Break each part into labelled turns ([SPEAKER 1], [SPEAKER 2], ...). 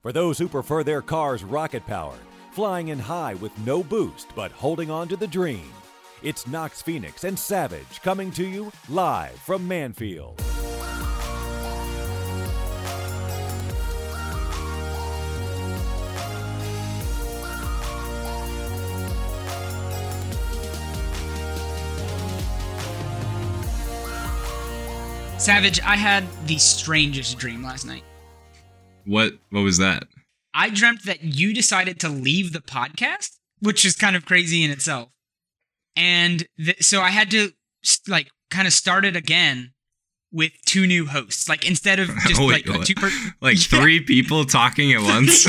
[SPEAKER 1] For those who prefer their cars rocket powered, flying in high with no boost but holding on to the dream, it's Knox Phoenix and Savage coming to you live from Manfield.
[SPEAKER 2] Savage, I had the strangest dream last night.
[SPEAKER 3] What what was that?
[SPEAKER 2] I dreamt that you decided to leave the podcast, which is kind of crazy in itself. And th- so I had to s- like kind of start it again with two new hosts. Like instead of just
[SPEAKER 3] Oh,
[SPEAKER 2] like
[SPEAKER 3] wait,
[SPEAKER 2] a
[SPEAKER 3] what?
[SPEAKER 2] two per-
[SPEAKER 3] Like
[SPEAKER 2] Yeah.
[SPEAKER 3] three people talking at once?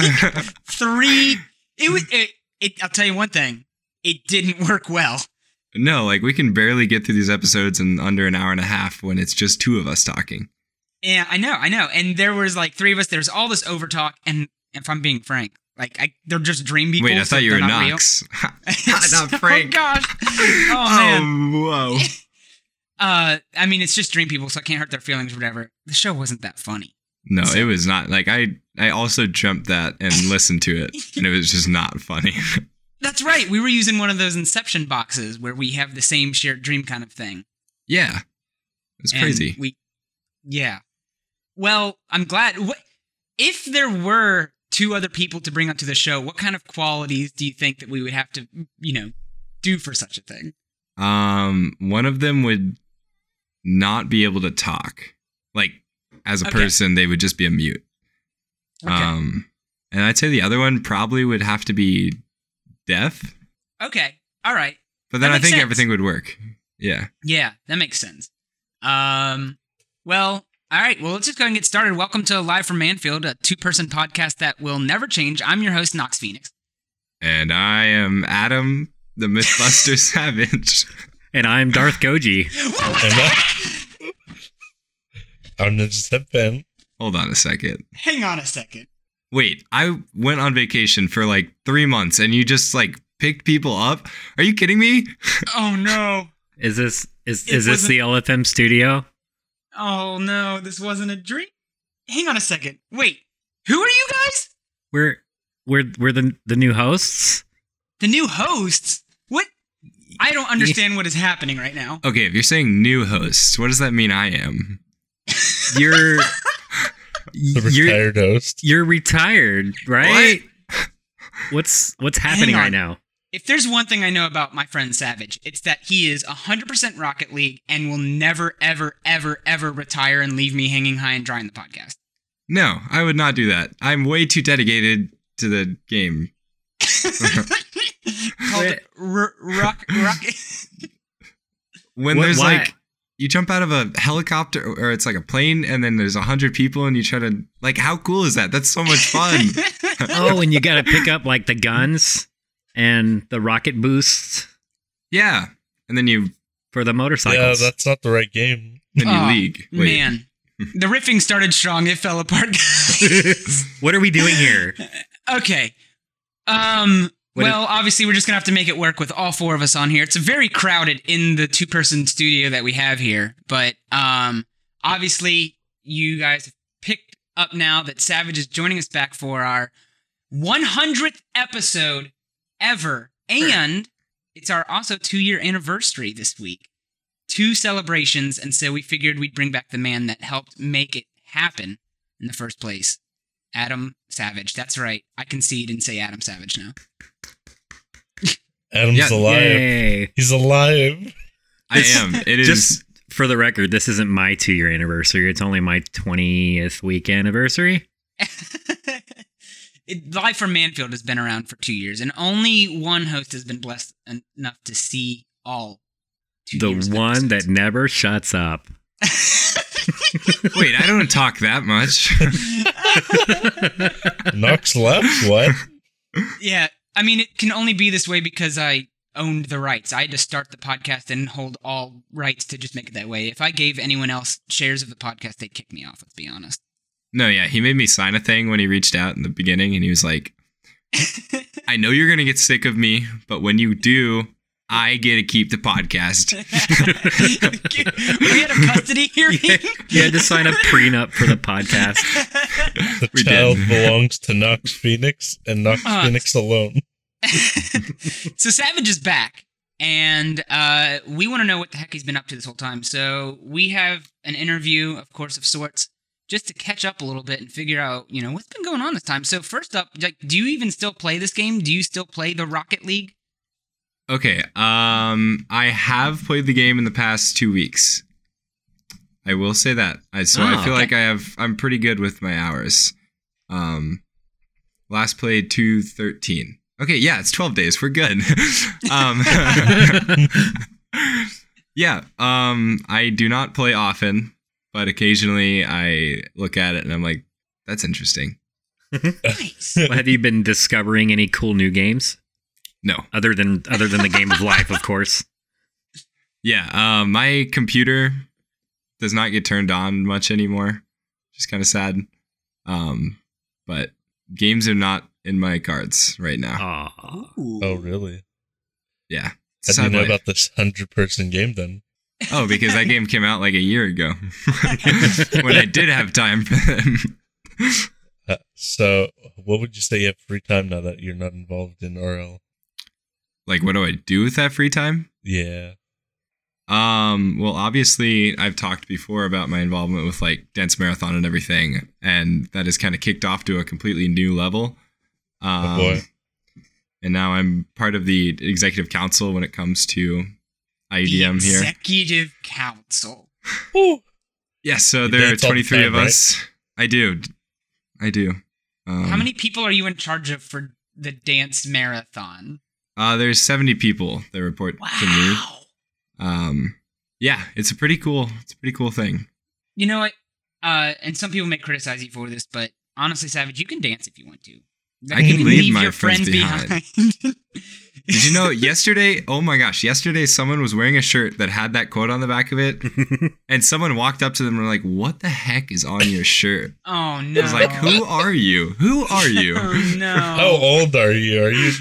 [SPEAKER 2] three it was it, it I'll tell you one thing. It didn't work well.
[SPEAKER 3] no, like we can barely get through these episodes in under an hour and a half when it's just two of us talking.
[SPEAKER 2] Yeah, I know, I know. And there was like three of us. There was all this overtalk, and if I'm being frank, like I, they're just dream people.
[SPEAKER 3] wait, I
[SPEAKER 2] so
[SPEAKER 3] thought you were
[SPEAKER 2] they're not real.
[SPEAKER 3] Knox.
[SPEAKER 2] So-
[SPEAKER 3] not Frank.
[SPEAKER 2] Oh gosh. Oh man.
[SPEAKER 3] whoa.
[SPEAKER 2] Uh, I mean, it's just dream people, so I can't hurt their feelings or whatever. The show wasn't that funny.
[SPEAKER 3] No, it was not. Like I I also jumped that and listened to it and it was just not funny.
[SPEAKER 2] That's right. We were using one of those Inception boxes where we have the same shared dream kind of thing.
[SPEAKER 3] yeah. It was
[SPEAKER 2] And
[SPEAKER 3] crazy.
[SPEAKER 2] We, yeah. Well, I'm glad. What if there were two other people to bring onto the show? What kind of qualities do you think that we would have to, you know, do for such a thing?
[SPEAKER 3] Um one of them would not be able to talk. Like as a
[SPEAKER 2] Okay.
[SPEAKER 3] person, they would just be a mute.
[SPEAKER 2] Okay.
[SPEAKER 3] Um, and I'd say the other one probably would have to be deaf,
[SPEAKER 2] okay. All right.
[SPEAKER 3] but
[SPEAKER 2] That
[SPEAKER 3] then I
[SPEAKER 2] makes
[SPEAKER 3] think
[SPEAKER 2] sense.
[SPEAKER 3] everything would work. Yeah.
[SPEAKER 2] Yeah, that makes sense. Um, well, all right. Well, let's just go ahead and get started. Welcome to Live from Manfield, a two-person podcast that will never change. I'm your host, Knox Phoenix.
[SPEAKER 3] And I am Adam, the Mythbuster Savage.
[SPEAKER 4] And I'm Darth Goji.
[SPEAKER 5] And I, am just step in.
[SPEAKER 3] Hold on a second.
[SPEAKER 2] Hang on a second.
[SPEAKER 3] Wait, I went on vacation for like three months and you just like picked people up? Are you kidding me?
[SPEAKER 2] Oh no.
[SPEAKER 4] Is this is
[SPEAKER 2] It
[SPEAKER 4] is this
[SPEAKER 2] wasn't-
[SPEAKER 4] the LFM studio?
[SPEAKER 2] Oh no. This wasn't a dream. Hang on a second. Wait. Who are you guys?
[SPEAKER 4] We're we're we're the the new hosts.
[SPEAKER 2] The new hosts? What? I don't understand what is happening right now.
[SPEAKER 3] Okay, if you're saying new hosts, what does that mean I am?
[SPEAKER 4] You're
[SPEAKER 5] The
[SPEAKER 4] you're
[SPEAKER 5] retired host.
[SPEAKER 4] you're retired, right?
[SPEAKER 3] What?
[SPEAKER 4] What's what's happening
[SPEAKER 2] Hang
[SPEAKER 4] right
[SPEAKER 2] on.
[SPEAKER 4] now?
[SPEAKER 2] If there's one thing I know about my friend Savage, it's that he is 100% Rocket League and will never, ever, ever, ever retire and leave me hanging high and dry in the podcast.
[SPEAKER 3] No, I would not do that. I'm way too dedicated to the game.
[SPEAKER 2] Called r- rock, rocket.
[SPEAKER 3] when
[SPEAKER 4] What-
[SPEAKER 3] there's
[SPEAKER 4] why-
[SPEAKER 3] like you jump out of a helicopter or it's like a plane and then there's a hundred people and you try to like how cool is that that's so much fun
[SPEAKER 4] Oh, and you got to pick up like the guns and the rocket boosts
[SPEAKER 3] yeah and then you
[SPEAKER 4] for the
[SPEAKER 5] Yeah,
[SPEAKER 4] motorcycles.
[SPEAKER 5] that's not the right game.
[SPEAKER 3] then you
[SPEAKER 2] Oh,
[SPEAKER 3] league Wait.
[SPEAKER 2] Man, the riffing started strong. It fell apart, guys.
[SPEAKER 4] what are we doing here?
[SPEAKER 2] okay. Um.
[SPEAKER 4] What
[SPEAKER 2] well, obviously, we're just gonna have to make it work with all four of us on here. It's very crowded in the two-person studio that we have here, but um, obviously, you guys have picked up now that Savage is joining us back for our 100th episode ever, and it's our also two-year anniversary this week. Two celebrations, and so we figured we'd bring back the man that helped make it happen in the first place. Adam Savage. That's right. I concede and say Adam Savage now.
[SPEAKER 5] Adam's
[SPEAKER 3] Yeah,
[SPEAKER 5] alive.
[SPEAKER 4] Yay!
[SPEAKER 5] He's alive.
[SPEAKER 3] i am it is
[SPEAKER 4] Just for the record, this isn't my two-year anniversary. It's only my twentieth week anniversary.
[SPEAKER 2] it, Live from Manfield has been around for two years, and only one host has been blessed en- enough to see all. two
[SPEAKER 4] The
[SPEAKER 2] years of
[SPEAKER 4] one that
[SPEAKER 2] episodes.
[SPEAKER 4] never shuts up.
[SPEAKER 3] wait i don't talk that much
[SPEAKER 5] Knox left. What?
[SPEAKER 2] yeah, I mean, it can only be this way because I owned the rights. I had to start the podcast and hold all rights to just make it that way. If I gave anyone else shares of the podcast, they'd kick me off. Let's be honest.
[SPEAKER 3] no yeah he made me sign a thing when he reached out in the beginning and he was like i know you're gonna get sick of me but when you do I get to keep the podcast.
[SPEAKER 2] we had a custody hearing.
[SPEAKER 4] you had to sign a prenup for the podcast.
[SPEAKER 5] The
[SPEAKER 3] We
[SPEAKER 5] child
[SPEAKER 3] did.
[SPEAKER 5] belongs to Nox Phoenix and Nox
[SPEAKER 2] Ah.
[SPEAKER 5] Phoenix alone.
[SPEAKER 2] so Savage is back, and uh, we want to know what the heck he's been up to this whole time. So we have an interview, of course, of sorts, just to catch up a little bit and figure out, you know, what's been going on this time. So first up, like, do you even still play this game? Do you still play the Rocket League?
[SPEAKER 3] Okay. Um, I have played the game in the past two weeks. I will say that. I so I
[SPEAKER 4] Oh,
[SPEAKER 3] feel
[SPEAKER 2] okay.
[SPEAKER 3] like I have. I'm pretty good with my hours. Um, last played two thirteen. Okay, yeah, it's twelve days. We're good. um, yeah. Um, I do not play often, but occasionally I look at it and I'm like, that's interesting.
[SPEAKER 2] Nice.
[SPEAKER 4] Well, have you been discovering any cool new games
[SPEAKER 3] No.
[SPEAKER 4] other than other than the game of life, of course?
[SPEAKER 3] Yeah, uh, my computer does not get turned on much anymore. Just kind of sad. Um, but games are not in my cards right now.
[SPEAKER 4] Aw.
[SPEAKER 5] Oh, really?
[SPEAKER 3] Yeah. It's a
[SPEAKER 5] How
[SPEAKER 3] sad
[SPEAKER 5] do you know
[SPEAKER 3] life.
[SPEAKER 5] about this 100 person game then?
[SPEAKER 3] oh, because that game came out like a year ago when I did have time for them.
[SPEAKER 5] Uh, so, what would you say you have free time now that you're not involved in RL?
[SPEAKER 3] Like, what do I do with that free time?
[SPEAKER 5] Yeah.
[SPEAKER 3] Um, well, obviously, I've talked before about my involvement with like Dance Marathon and everything, and that has kind of kicked off to a completely new level. Um,
[SPEAKER 5] Oh, boy.
[SPEAKER 3] And now I'm part of the executive council when it comes to
[SPEAKER 2] The
[SPEAKER 3] IEDM here.
[SPEAKER 2] Executive Council.
[SPEAKER 3] Yes, so
[SPEAKER 5] You
[SPEAKER 3] there are
[SPEAKER 5] dance all the
[SPEAKER 3] 23 of
[SPEAKER 5] time, right?
[SPEAKER 3] us. I do. I do. Um,
[SPEAKER 2] How many people are you in charge of for the dance marathon?
[SPEAKER 3] Uh, there's 70 people that report to me.
[SPEAKER 2] Wow.
[SPEAKER 3] Um, yeah, it's a pretty cool. It's a pretty cool thing.
[SPEAKER 2] You know what? Uh, and some people may criticize you for this, but honestly, Savage, you can dance if you want to.
[SPEAKER 3] I can
[SPEAKER 2] You
[SPEAKER 3] leave my friends
[SPEAKER 2] behind.
[SPEAKER 3] Did you know yesterday? Oh my gosh, yesterday someone was wearing a shirt that had that quote on the back of it, and someone walked up to them and were like, "What the heck is on your shirt?"
[SPEAKER 2] oh no!
[SPEAKER 3] I was like, "Who are you? Who are you?"
[SPEAKER 2] Oh no!
[SPEAKER 5] How old are you? Are you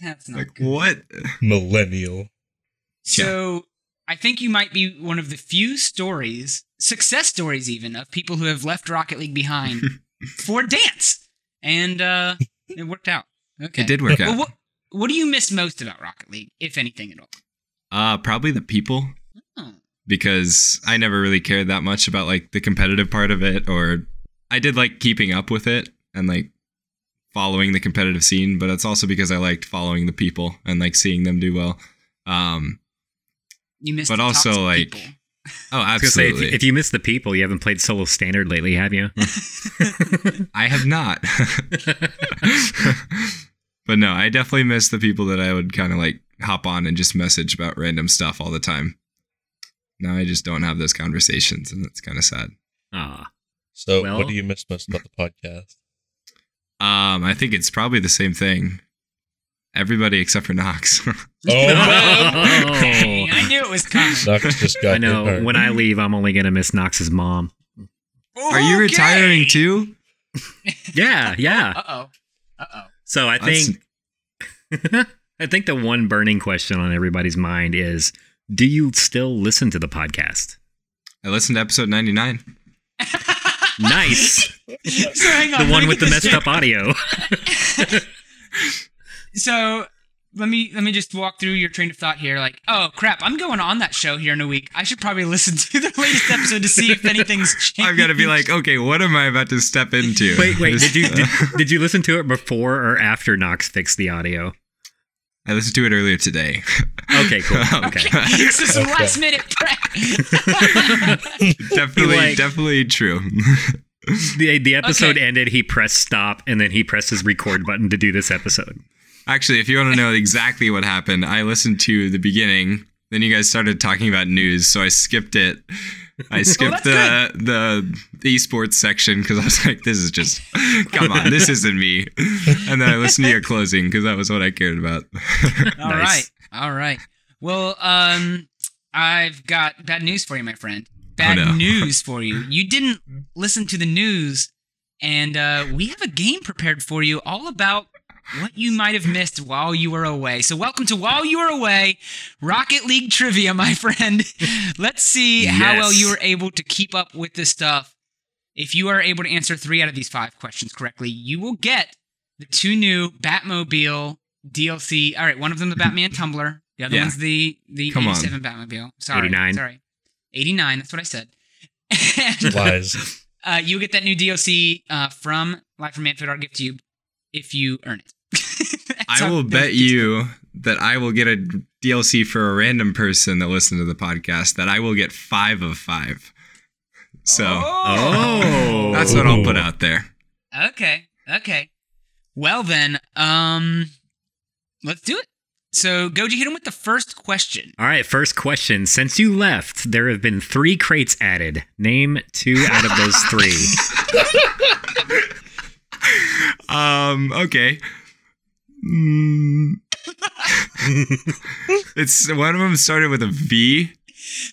[SPEAKER 2] That's not
[SPEAKER 3] like
[SPEAKER 2] good.
[SPEAKER 3] what?
[SPEAKER 5] millennial?
[SPEAKER 2] So I think you might be one of the few stories, success stories even, of people who have left Rocket League behind for dance, and uh, it worked out. Okay.
[SPEAKER 3] It did work
[SPEAKER 2] Well,
[SPEAKER 3] out.
[SPEAKER 2] what what do you miss most about Rocket League, if anything at all?
[SPEAKER 3] Uh, probably the people
[SPEAKER 2] Oh.
[SPEAKER 3] because I never really cared that much about like the competitive part of it, or I did like keeping up with it and like following the competitive scene, but it's also because I liked following the people and like seeing them do well. Um,
[SPEAKER 2] You missed.
[SPEAKER 3] But
[SPEAKER 2] the
[SPEAKER 3] also,
[SPEAKER 2] toxic
[SPEAKER 3] like,
[SPEAKER 2] people.
[SPEAKER 3] oh,
[SPEAKER 4] I was gonna say if
[SPEAKER 3] absolutely.
[SPEAKER 4] you, if you miss the people, you haven't played solo standard lately, have you?
[SPEAKER 3] I have not. but no, I definitely miss the people that I would kind of like hop on and just message about random stuff all the time. Now I just don't have those conversations, and that's kind of sad.
[SPEAKER 4] Aw.
[SPEAKER 5] So,
[SPEAKER 4] Well-
[SPEAKER 5] what do you miss most about the podcast?
[SPEAKER 3] Um, I think it's probably the same thing. Everybody except for Knox.
[SPEAKER 5] Oh, man.
[SPEAKER 2] Dang, I knew it was coming.
[SPEAKER 5] Knox just got
[SPEAKER 4] I know. When I leave, I'm only gonna miss Knox's mom.
[SPEAKER 3] Are you retiring too?
[SPEAKER 4] Yeah, yeah.
[SPEAKER 2] Uh oh. Uh oh.
[SPEAKER 4] So I
[SPEAKER 3] That's-
[SPEAKER 4] think I think the one burning question on everybody's mind is do you still listen to the podcast?
[SPEAKER 3] I listened to episode 99.
[SPEAKER 4] Nice.
[SPEAKER 2] So hang on. let
[SPEAKER 4] the
[SPEAKER 2] me
[SPEAKER 4] one
[SPEAKER 2] get
[SPEAKER 4] with the
[SPEAKER 2] this
[SPEAKER 4] messed
[SPEAKER 2] straight.
[SPEAKER 4] up audio.
[SPEAKER 2] So let me let me just walk through your train of thought here. Like, oh crap, I'm going on that show here in a week. I should probably listen to the latest episode to see if anything's changed.
[SPEAKER 3] I've got to be like, okay, what am I about to step into?
[SPEAKER 4] wait, wait.
[SPEAKER 3] This-
[SPEAKER 4] Did you did, did you listen to it before or after Knox fixed the audio?
[SPEAKER 3] I listened to it earlier today.
[SPEAKER 4] Okay, cool. Okay.
[SPEAKER 2] this is some
[SPEAKER 5] Okay.
[SPEAKER 2] last minute prep.
[SPEAKER 3] definitely,
[SPEAKER 4] Like-
[SPEAKER 3] definitely true.
[SPEAKER 4] The the episode
[SPEAKER 2] Okay.
[SPEAKER 4] ended, he pressed stop and then he pressed his record button to do this episode.
[SPEAKER 3] Actually, if you want to know exactly what happened, I listened to the beginning. Then you guys started talking about news, so I skipped it. I skipped
[SPEAKER 2] that's
[SPEAKER 3] the, the esports section because I was like, "This is just, come on, this isn't me." And then I listened to your closing because that was what I cared about.
[SPEAKER 2] All right,
[SPEAKER 4] Nice.
[SPEAKER 2] All right. Well, um, I've got bad news for you, my friend.
[SPEAKER 4] Oh,
[SPEAKER 2] Bad
[SPEAKER 3] no.
[SPEAKER 2] news for you. You didn't listen to the news, and uh, we have a game prepared for you all about what you might have missed while you were away. So, welcome to While You Were Away Rocket League Trivia, my friend. Let's see how well you
[SPEAKER 4] Yes.
[SPEAKER 2] were able to keep up with this stuff. If you are able to answer three out of these five questions correctly, you will get the two new Batmobile DLC. All right, one of them the Batman tumbler, the other
[SPEAKER 3] Yeah.
[SPEAKER 2] one's the the
[SPEAKER 3] Come on.
[SPEAKER 2] 87 Batmobile. Sorry,
[SPEAKER 4] 89.
[SPEAKER 2] sorry, 89. That's what I said. And,
[SPEAKER 5] Lies.
[SPEAKER 2] uh, you get that new DLC uh, from Life from Manfred, our gift to you, if you earn it. That's
[SPEAKER 3] I
[SPEAKER 2] how-
[SPEAKER 3] will bet you that I will get a DLC for a random person that listened to the podcast that I will get five of five. So
[SPEAKER 4] Oh,
[SPEAKER 3] that's what I'll put out there. Oh.
[SPEAKER 2] Okay. Okay. Well then, um let's do it. So Goji hit him with the first question.
[SPEAKER 4] All right, first question. Since you left, there have been three crates added. Name two out of those three.
[SPEAKER 3] Um, okay. Mm. it's one of them started with a V.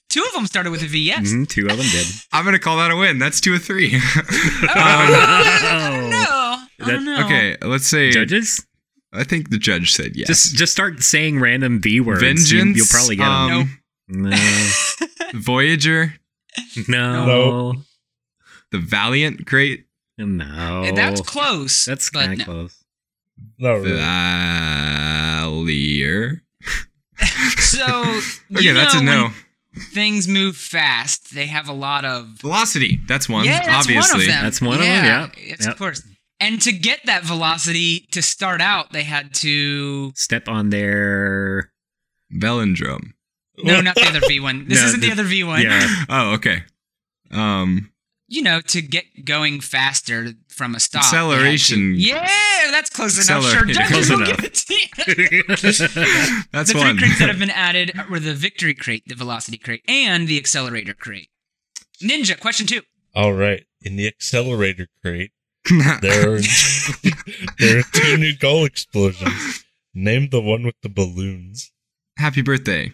[SPEAKER 2] Two of them started with a V, yes.
[SPEAKER 3] Mm-hmm.
[SPEAKER 4] Mhm, two of them did.
[SPEAKER 3] I'm gonna call that a win. That's two of three.
[SPEAKER 2] Oh,
[SPEAKER 3] Um,
[SPEAKER 2] No. I don't know.
[SPEAKER 3] okay, let's say.
[SPEAKER 4] Judges,
[SPEAKER 3] I think the judge said yes.
[SPEAKER 4] just just start saying random V words. You-
[SPEAKER 3] Vengeance.
[SPEAKER 4] You'll probably get them.
[SPEAKER 3] um, Voyager,
[SPEAKER 4] No, no,
[SPEAKER 3] the Valiant, great.
[SPEAKER 4] no.
[SPEAKER 2] Uh, That's close.
[SPEAKER 4] Oh, That's
[SPEAKER 2] but
[SPEAKER 4] kind
[SPEAKER 2] no.
[SPEAKER 4] of close.
[SPEAKER 5] No, really.
[SPEAKER 3] Valier.
[SPEAKER 2] So
[SPEAKER 3] Okay,
[SPEAKER 2] you
[SPEAKER 3] that's
[SPEAKER 2] know
[SPEAKER 3] a no.
[SPEAKER 2] when Things move fast. They have a lot of
[SPEAKER 3] Velocity. That's one.
[SPEAKER 2] Yeah, that's
[SPEAKER 3] obviously.
[SPEAKER 2] one of them.
[SPEAKER 4] That's one of them, yeah.
[SPEAKER 2] Yes, of
[SPEAKER 4] Yep.
[SPEAKER 2] course. And to get that velocity to start out, they had to
[SPEAKER 4] Step on their
[SPEAKER 3] Velindrome.
[SPEAKER 2] No, not the other V one. This
[SPEAKER 4] No,
[SPEAKER 2] isn't the,
[SPEAKER 4] the-
[SPEAKER 2] other V one.
[SPEAKER 4] yeah.
[SPEAKER 3] Oh, okay. Um,
[SPEAKER 2] you know, to get going faster from a stop.
[SPEAKER 3] Acceleration.
[SPEAKER 2] they had to- Yeah, that's close enough. Sure,
[SPEAKER 3] Accelerator.
[SPEAKER 2] judges
[SPEAKER 4] Close
[SPEAKER 2] will
[SPEAKER 4] enough.
[SPEAKER 2] give it to you.
[SPEAKER 3] that's
[SPEAKER 2] the three
[SPEAKER 3] one.
[SPEAKER 2] crates that have been added were the victory crate, the velocity crate, and the accelerator crate. Ninja, question two.
[SPEAKER 5] All right. In the accelerator crate, there are, there are two new goal explosions. Name the one with the balloons.
[SPEAKER 3] Happy birthday.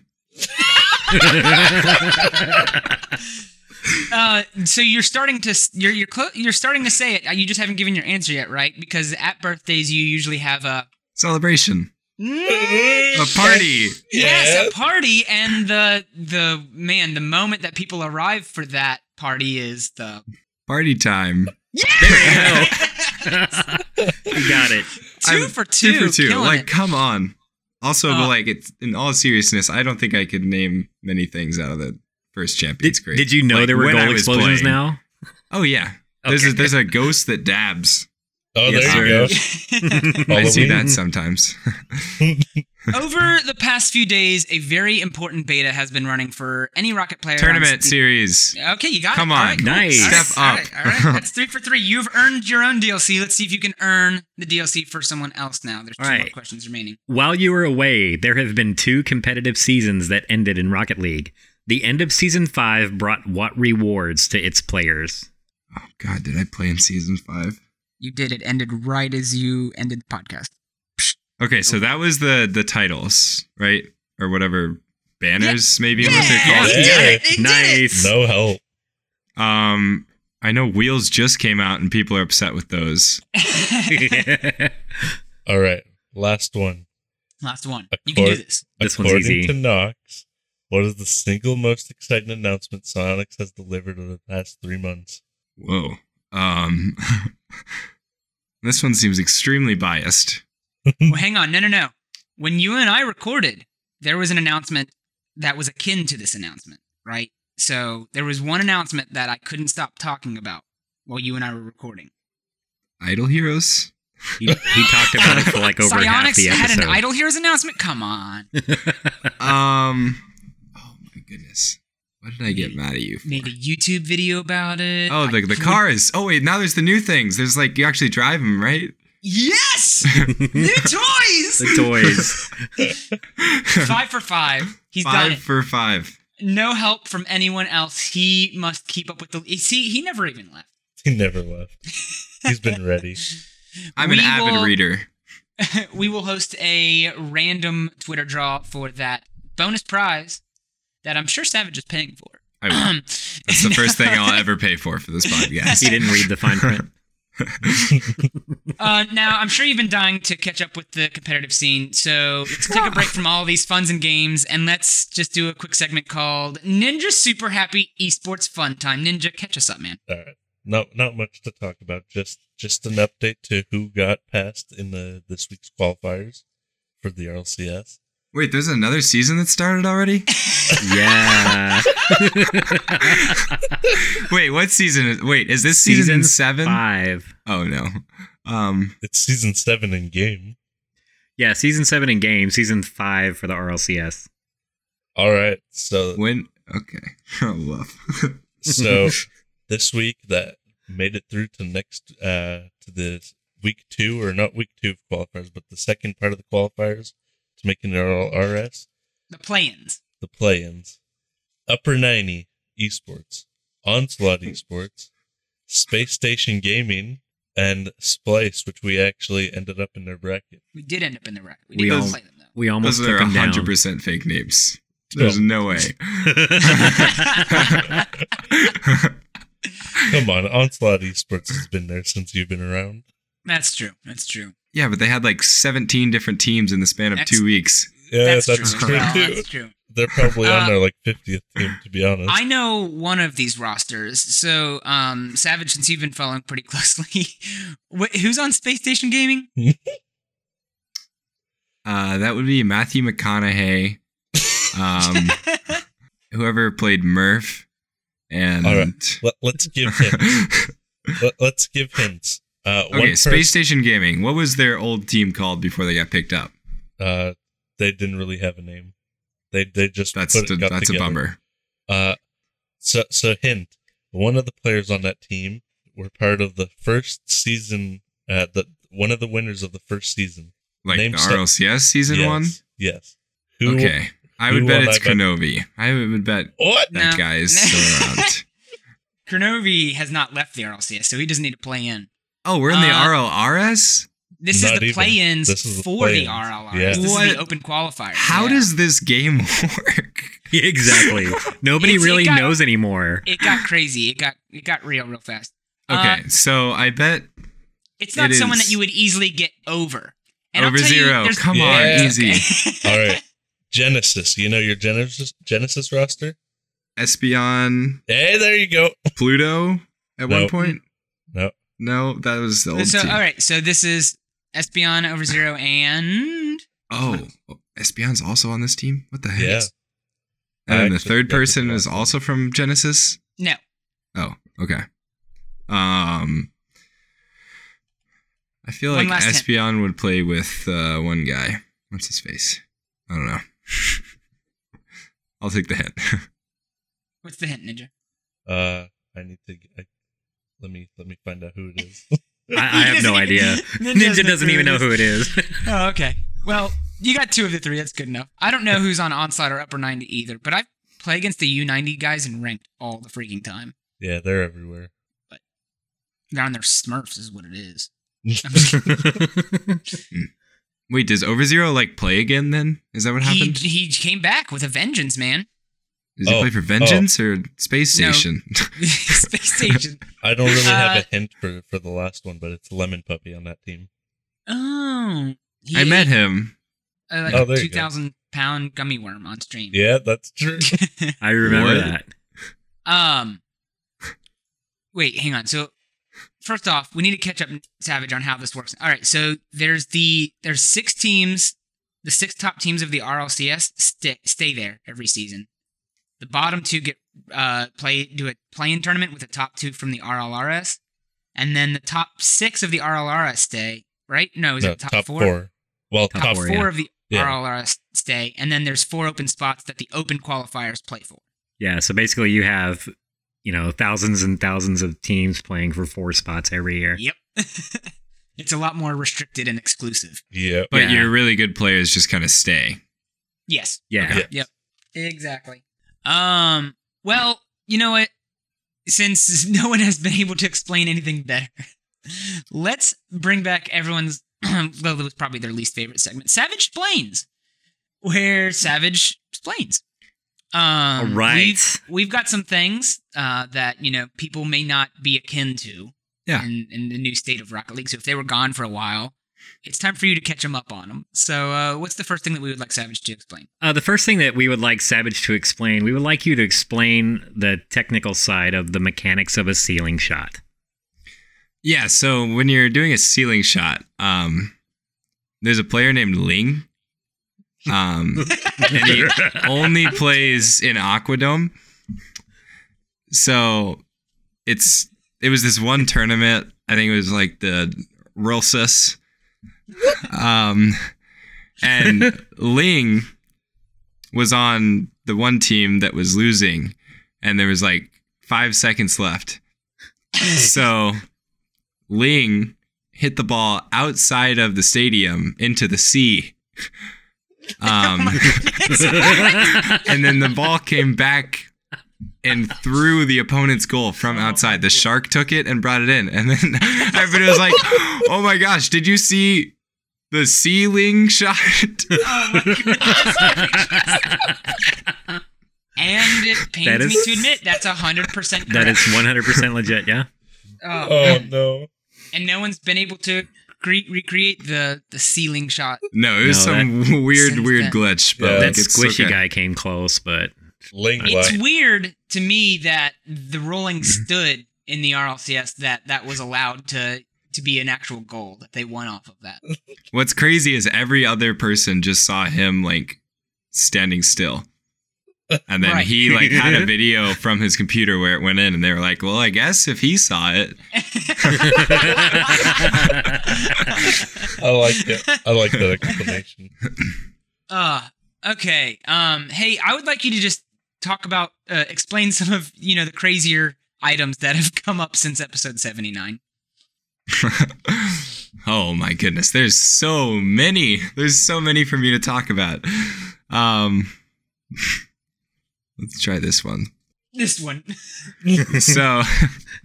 [SPEAKER 2] Uh, so you're starting to s- you're you're clo- you're starting to say it. You just haven't given your answer yet, right? Because at birthdays you usually have a
[SPEAKER 3] Celebration. A party.
[SPEAKER 2] Yes, a party, and the the man, the moment that people arrive for that party is the
[SPEAKER 3] Party time.
[SPEAKER 4] you got it.
[SPEAKER 2] 2
[SPEAKER 3] I'm-
[SPEAKER 2] for two,
[SPEAKER 3] for two.
[SPEAKER 2] killing
[SPEAKER 3] Like,
[SPEAKER 2] it.
[SPEAKER 3] come on. Also,
[SPEAKER 2] Oh.
[SPEAKER 3] but like, it's in all seriousness, I don't think I could name many things out of the first
[SPEAKER 4] Did,
[SPEAKER 3] Champions Crate.
[SPEAKER 4] did you know
[SPEAKER 3] Like,
[SPEAKER 4] there were
[SPEAKER 3] when I
[SPEAKER 4] gold
[SPEAKER 3] was
[SPEAKER 4] explosions
[SPEAKER 3] playing.
[SPEAKER 4] now?
[SPEAKER 3] Oh yeah. There's a,
[SPEAKER 4] Okay.
[SPEAKER 3] there's a ghost that dabs.
[SPEAKER 5] Oh,
[SPEAKER 3] Yes,
[SPEAKER 5] there you
[SPEAKER 3] there
[SPEAKER 5] go.
[SPEAKER 3] I see
[SPEAKER 5] Halloween.
[SPEAKER 3] that sometimes.
[SPEAKER 2] Over the past few days, a very important beta has been running for any Rocket player. on
[SPEAKER 3] Tournament
[SPEAKER 2] Steam.
[SPEAKER 3] series.
[SPEAKER 2] Okay, you got
[SPEAKER 3] Come
[SPEAKER 2] it. All
[SPEAKER 3] on.
[SPEAKER 2] right, cool.
[SPEAKER 4] Nice.
[SPEAKER 2] All right,
[SPEAKER 3] Step
[SPEAKER 2] all
[SPEAKER 3] up.
[SPEAKER 2] right, all right. That's three for three. You've earned your own DLC. Let's see if you can earn the DLC for someone else now. There's two
[SPEAKER 4] All
[SPEAKER 2] more
[SPEAKER 4] right.
[SPEAKER 2] questions remaining.
[SPEAKER 4] While you were away, there have been two competitive seasons that ended in Rocket League. The end of season five brought what rewards to its players?
[SPEAKER 3] Oh God, did I play in season five?
[SPEAKER 2] You did it. Ended right as you ended the podcast.
[SPEAKER 3] Okay, so that was the the titles, right, or whatever banners, maybe what they're
[SPEAKER 2] Yeah,
[SPEAKER 3] called.
[SPEAKER 2] you did it. You did it.
[SPEAKER 4] Nice.
[SPEAKER 5] No help.
[SPEAKER 3] Um, I know Wheels just came out, and people are upset with those.
[SPEAKER 5] All right. Last one.
[SPEAKER 2] Last one.
[SPEAKER 5] Of
[SPEAKER 2] You can do
[SPEAKER 5] course.
[SPEAKER 2] this.
[SPEAKER 4] This one's
[SPEAKER 5] According
[SPEAKER 4] easy.
[SPEAKER 5] to Knox, what is the single most exciting announcement Sonics has delivered over the past three months?
[SPEAKER 3] Whoa. Um, this one seems extremely biased.
[SPEAKER 2] Well, hang on. No, no, no. When you and I recorded, there was an announcement that was akin to this announcement, right? So there was one announcement that I couldn't stop talking about while you and I were recording.
[SPEAKER 3] Idol Heroes.
[SPEAKER 4] he, he talked about it for like over half
[SPEAKER 2] Psionics
[SPEAKER 4] the
[SPEAKER 2] had
[SPEAKER 4] episode.
[SPEAKER 2] an Idle Heroes announcement. Come on,
[SPEAKER 3] Um, oh my goodness, what did I get mad at you? For?
[SPEAKER 2] made a YouTube video about it.
[SPEAKER 3] Oh, the
[SPEAKER 2] I
[SPEAKER 3] the
[SPEAKER 2] couldn't-
[SPEAKER 3] cars. Oh wait, now there's the new things. There's like you actually drive them, right?
[SPEAKER 2] Yes, new toys.
[SPEAKER 4] the toys.
[SPEAKER 2] Five for five. He's done
[SPEAKER 3] five
[SPEAKER 2] it.
[SPEAKER 3] for five.
[SPEAKER 2] No help from anyone else. He must keep up with the. See, he never even left.
[SPEAKER 5] He never left. He's been ready.
[SPEAKER 3] I'm an
[SPEAKER 2] We
[SPEAKER 3] avid
[SPEAKER 2] will-
[SPEAKER 3] reader.
[SPEAKER 2] we will host a random Twitter draw for that bonus prize that I'm sure Savage is paying for.
[SPEAKER 3] I will. That's the first thing I'll ever pay for for this
[SPEAKER 4] He
[SPEAKER 3] podcast.
[SPEAKER 4] didn't read the fine print.
[SPEAKER 2] Uh, now, I'm sure you've been dying to catch up with the competitive scene, so let's take a break from all these funs and games, and let's just do a quick segment called Ninja Super Happy Esports Fun Time. Ninja, catch us up, man.
[SPEAKER 5] All right. No, uh, not much to talk about. Just just an update to who got past in the this week's qualifiers for the RLCS.
[SPEAKER 3] Wait, there's another season that started already?
[SPEAKER 4] yeah.
[SPEAKER 3] Wait, what season is wait, is this season, seven?
[SPEAKER 4] Five.
[SPEAKER 3] Oh no. Um
[SPEAKER 5] It's season seven in game.
[SPEAKER 4] Yeah, season seven in game, season five for the RLCS.
[SPEAKER 5] All right. So
[SPEAKER 3] when okay. Oh love.
[SPEAKER 5] so this week that made it through to next uh to the week two or not week two of qualifiers, but the second part of the qualifiers to making it all RS,
[SPEAKER 2] The play-ins.
[SPEAKER 5] the play ins. Upper ninety esports, Onslaught Esports, Space Station Gaming, and Splice, which we actually ended up in their bracket.
[SPEAKER 2] We did end up in the wreck. We
[SPEAKER 4] We
[SPEAKER 2] didn't
[SPEAKER 4] all-
[SPEAKER 2] play them,
[SPEAKER 4] We almost
[SPEAKER 3] Those are
[SPEAKER 4] took him down.
[SPEAKER 3] hundred percent fake names. There's no way.
[SPEAKER 2] though.
[SPEAKER 5] Come on, Onslaught Esports has been there since you've been around.
[SPEAKER 2] That's true. That's true.
[SPEAKER 3] yeah, but they had like seventeen different teams in the span of
[SPEAKER 2] That's-
[SPEAKER 3] two weeks.
[SPEAKER 5] Yeah,
[SPEAKER 2] that's,
[SPEAKER 5] that's,
[SPEAKER 2] true.
[SPEAKER 5] true,
[SPEAKER 2] as well.
[SPEAKER 5] too.
[SPEAKER 2] That's true.
[SPEAKER 5] They're probably
[SPEAKER 2] Uh,
[SPEAKER 5] on their like fiftieth team, to be honest.
[SPEAKER 2] I know one of these rosters. So, um, Savage, since you've been following pretty closely, wh- who's on Space Station Gaming?
[SPEAKER 3] Uh that would be Matthew McConaughey. Um whoever played Murph and
[SPEAKER 5] All Let, let's give hints. Let, let's give hints. Uh, one
[SPEAKER 3] Okay, Space
[SPEAKER 5] person-
[SPEAKER 3] Station Gaming. What was their old team called before they got picked up?
[SPEAKER 5] Uh, they didn't really have a name. They they just
[SPEAKER 3] That's
[SPEAKER 5] put it-
[SPEAKER 3] the,
[SPEAKER 5] got
[SPEAKER 3] that's
[SPEAKER 5] together.
[SPEAKER 3] a bummer.
[SPEAKER 5] Uh, so so hint. One of the players on that team were part of the first season. Uh, the one of the winners of the first season.
[SPEAKER 3] Like
[SPEAKER 5] Name
[SPEAKER 3] the
[SPEAKER 5] stuff.
[SPEAKER 3] RLCS season
[SPEAKER 5] yes,
[SPEAKER 3] one.
[SPEAKER 5] Yes. Who?
[SPEAKER 3] okay, I
[SPEAKER 5] who
[SPEAKER 3] would bet
[SPEAKER 5] will
[SPEAKER 3] it's
[SPEAKER 5] I bet?
[SPEAKER 3] Kenobi. I would bet
[SPEAKER 5] What?
[SPEAKER 3] that
[SPEAKER 2] No.
[SPEAKER 3] guy is still around.
[SPEAKER 2] Kronovi has not left the RLCS, so he doesn't need to play in.
[SPEAKER 3] Oh, we're in the
[SPEAKER 2] Uh,
[SPEAKER 3] RLRS.
[SPEAKER 2] This is
[SPEAKER 5] Not
[SPEAKER 2] the
[SPEAKER 5] even.
[SPEAKER 2] play-ins
[SPEAKER 5] This is the
[SPEAKER 2] for the
[SPEAKER 5] play-ins.
[SPEAKER 2] RLR.
[SPEAKER 5] Yeah.
[SPEAKER 2] This is
[SPEAKER 3] What?
[SPEAKER 2] the open qualifier.
[SPEAKER 3] How does this game work?
[SPEAKER 4] exactly. Nobody
[SPEAKER 2] It's- it
[SPEAKER 4] really
[SPEAKER 2] got-
[SPEAKER 4] knows anymore.
[SPEAKER 2] it got crazy? It got it got real real fast. Uh,
[SPEAKER 3] Okay, so I bet
[SPEAKER 2] it's not
[SPEAKER 3] It
[SPEAKER 2] someone
[SPEAKER 3] is.
[SPEAKER 2] that you would easily get over. And I'll
[SPEAKER 3] over
[SPEAKER 2] tell you,
[SPEAKER 3] zero.
[SPEAKER 2] there's-
[SPEAKER 3] Come
[SPEAKER 5] Yeah.
[SPEAKER 3] on, easy.
[SPEAKER 5] All right. Genesis. You know your Genesis Genesis roster.
[SPEAKER 3] Espeon,
[SPEAKER 5] Hey, there you go.
[SPEAKER 3] Pluto. At one
[SPEAKER 5] Nope.
[SPEAKER 3] point,
[SPEAKER 5] No.
[SPEAKER 3] no, that was the old
[SPEAKER 2] so
[SPEAKER 3] team.
[SPEAKER 2] all right, so this is Espeon over zero and
[SPEAKER 3] Oh, Espeon's also on this team. What the heck?
[SPEAKER 5] Yeah.
[SPEAKER 3] And then the
[SPEAKER 5] Actually,
[SPEAKER 3] third
[SPEAKER 5] that was
[SPEAKER 3] person is
[SPEAKER 5] awesome.
[SPEAKER 3] also from Genesis.
[SPEAKER 2] no.
[SPEAKER 3] Oh, okay. Um, I feel
[SPEAKER 2] One
[SPEAKER 3] like
[SPEAKER 2] last hint.
[SPEAKER 3] Espeon would play with uh, one guy. What's his face? I don't know. I'll take the hint.
[SPEAKER 2] What's the hint, Ninja?
[SPEAKER 5] Uh, I need to. I, let me let me find out who it is.
[SPEAKER 4] I, I
[SPEAKER 2] He
[SPEAKER 4] have
[SPEAKER 2] doesn't
[SPEAKER 4] no
[SPEAKER 2] even-
[SPEAKER 4] idea.
[SPEAKER 2] Ninja
[SPEAKER 4] Ninja
[SPEAKER 2] doesn't
[SPEAKER 4] doesn't even
[SPEAKER 2] know
[SPEAKER 4] know
[SPEAKER 2] who
[SPEAKER 4] who it is.
[SPEAKER 2] Oh, okay. Well, you got two of the three. That's good enough. I don't know who's on Onslaught or Upper 90 either, but I play against the U90 guys and ranked all the freaking time.
[SPEAKER 5] yeah, they're everywhere.
[SPEAKER 2] They're on their Smurfs, is what it is.
[SPEAKER 3] Wait, does Over Zero like play again? Then is that what
[SPEAKER 2] He,
[SPEAKER 3] happened?
[SPEAKER 2] he came back with a vengeance, man.
[SPEAKER 3] Does he
[SPEAKER 5] Oh,
[SPEAKER 3] play for Vengeance or Space
[SPEAKER 2] No.
[SPEAKER 3] Station?
[SPEAKER 2] Space Station.
[SPEAKER 5] I don't really have
[SPEAKER 2] Uh,
[SPEAKER 5] a hint for for the last one, but it's Lemon Puppy on that team.
[SPEAKER 2] Oh. He
[SPEAKER 3] I met
[SPEAKER 2] ate
[SPEAKER 3] him.
[SPEAKER 2] A, like
[SPEAKER 5] Oh,
[SPEAKER 2] a
[SPEAKER 5] there you go.
[SPEAKER 2] 2,000 pound gummy worm on stream.
[SPEAKER 5] Yeah, that's true.
[SPEAKER 4] I remember
[SPEAKER 3] What?
[SPEAKER 4] that.
[SPEAKER 2] Um. Wait, hang on. So, first off, we need to catch up, Savage, on how this works. All right. So there's the there's six teams. The six top teams of the RLCS st- stay there every season. The bottom two get uh, play do a play-in tournament with the top two from the RLRS, and then the top six of the RLRS stay. Right? No, is
[SPEAKER 5] No,
[SPEAKER 2] it top,
[SPEAKER 5] top, four? Well,
[SPEAKER 4] Top
[SPEAKER 2] Top
[SPEAKER 5] top,
[SPEAKER 4] four,
[SPEAKER 2] four,
[SPEAKER 4] yeah.
[SPEAKER 2] of the
[SPEAKER 5] Yeah.
[SPEAKER 2] RLRS stay, and then there's four open spots that the open qualifiers play for.
[SPEAKER 4] Yeah, so basically you have, you know, thousands and thousands of teams playing for four spots every year.
[SPEAKER 2] Yep. it's a lot more restricted and exclusive.
[SPEAKER 5] Yeah.
[SPEAKER 3] But
[SPEAKER 4] Yeah.
[SPEAKER 3] your really good players just kind of stay.
[SPEAKER 2] Yes.
[SPEAKER 4] Yeah.
[SPEAKER 5] Okay.
[SPEAKER 2] Exactly. Um, well, you know what? Since no one has been able to explain anything better, let's bring back everyone's well, it was probably their least favorite segment, Savage Explains, where Savage explains. Um,
[SPEAKER 4] All right.
[SPEAKER 2] We've, we've got some things uh, that you know people may not be akin to,
[SPEAKER 3] Yeah.
[SPEAKER 2] in, in the new state of Rocket League. So if they were gone for a while, it's time for you to catch them up on them. So uh, what's the first thing that we would like Savage to explain?
[SPEAKER 4] Uh, the first thing that we would like Savage to explain, we would like you to explain the technical side of the mechanics of a ceiling shot.
[SPEAKER 3] Yeah, so when you're doing a ceiling shot, um, there's a player named Ling. Um, and he only plays in Aquadome. So it's it was this one tournament. I think it was like the Rulsis. Um, and Ling was on the one team that was losing, and there was like five seconds left. So Ling hit the ball outside of the stadium into the sea. Um, and then the ball came back and through the opponent's goal from outside. The shark took it and brought it in. And then everybody was like, oh my gosh, did you see the ceiling shot?
[SPEAKER 2] And it
[SPEAKER 4] That
[SPEAKER 2] pains
[SPEAKER 4] is-
[SPEAKER 2] me to admit that's hundred percent correct.
[SPEAKER 4] That is 100% legit, yeah?
[SPEAKER 2] Oh,
[SPEAKER 5] Oh no.
[SPEAKER 2] and no one's been able to cre- recreate the the ceiling shot.
[SPEAKER 3] No, it was
[SPEAKER 4] No,
[SPEAKER 3] some weird,
[SPEAKER 2] Since
[SPEAKER 3] weird
[SPEAKER 2] then.
[SPEAKER 3] glitch. But
[SPEAKER 5] Yeah.
[SPEAKER 3] like,
[SPEAKER 4] That
[SPEAKER 3] Uh, it's
[SPEAKER 4] squishy
[SPEAKER 3] okay.
[SPEAKER 4] guy came close, but
[SPEAKER 5] Ling
[SPEAKER 2] It's
[SPEAKER 5] lied.
[SPEAKER 2] weird to me that the rolling
[SPEAKER 4] Mm-hmm.
[SPEAKER 2] stood in the RLCS that that was allowed to to be an actual goal that they won off of that.
[SPEAKER 3] What's crazy is every other person just saw him like standing still. And then
[SPEAKER 2] Right.
[SPEAKER 3] he like had a video from his computer where it went in and they were like, "Well, I guess if he saw it."
[SPEAKER 5] I like that. I like that explanation.
[SPEAKER 2] Uh, okay. Um, hey, I would like you to just talk about uh, explain some of you know the crazier items that have come up since episode seventy nine.
[SPEAKER 3] oh my goodness, there's so many. There's so many for me to talk about. Um Let's try this one.
[SPEAKER 2] This one.
[SPEAKER 3] so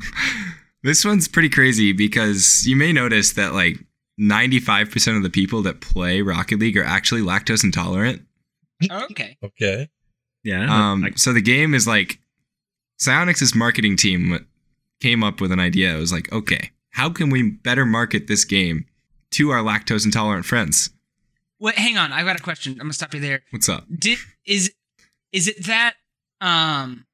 [SPEAKER 3] this one's pretty crazy because you may notice that like 95% of the people that play Rocket League are actually lactose intolerant.
[SPEAKER 2] Oh, Okay.
[SPEAKER 5] Okay.
[SPEAKER 4] yeah.
[SPEAKER 3] Um,
[SPEAKER 4] Oh, like-
[SPEAKER 3] so the game is like Psyonix's marketing team came up with an idea. It was like, okay, how can we better market this game to our lactose intolerant friends?
[SPEAKER 2] Wait, hang on. I got a question. I'm gonna stop you there.
[SPEAKER 3] What's up?
[SPEAKER 2] Did is is it that um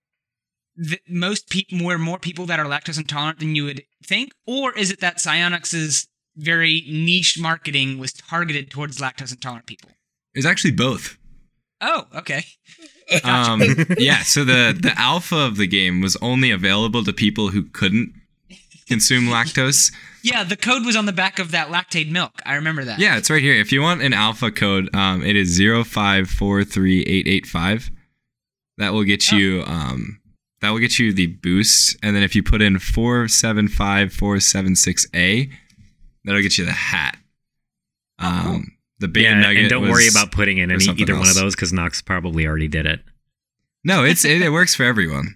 [SPEAKER 2] that most people more more people that are lactose intolerant than you would think, or is it that Psyonix's very niche marketing was targeted towards lactose intolerant people?
[SPEAKER 3] It's actually both.
[SPEAKER 2] Oh, okay.
[SPEAKER 3] Um, yeah. So the the alpha of the game was only available to people who couldn't consume lactose.
[SPEAKER 2] Yeah, the code was on the back of that lactate milk. I remember that.
[SPEAKER 3] Yeah, it's right here. If you want an alpha code, um, it is zero five four three eight eight five. That will get you. Um, that will get you the boost, and then if you put in four seven five four seven six A, that'll get you the hat. Um, the beta
[SPEAKER 4] yeah,
[SPEAKER 3] nugget.
[SPEAKER 4] and don't
[SPEAKER 3] was-
[SPEAKER 4] worry about putting in
[SPEAKER 3] was
[SPEAKER 4] any,
[SPEAKER 3] something
[SPEAKER 4] either one of
[SPEAKER 3] else.
[SPEAKER 4] those because Knox probably already did it.
[SPEAKER 3] No, it's it, it works for everyone.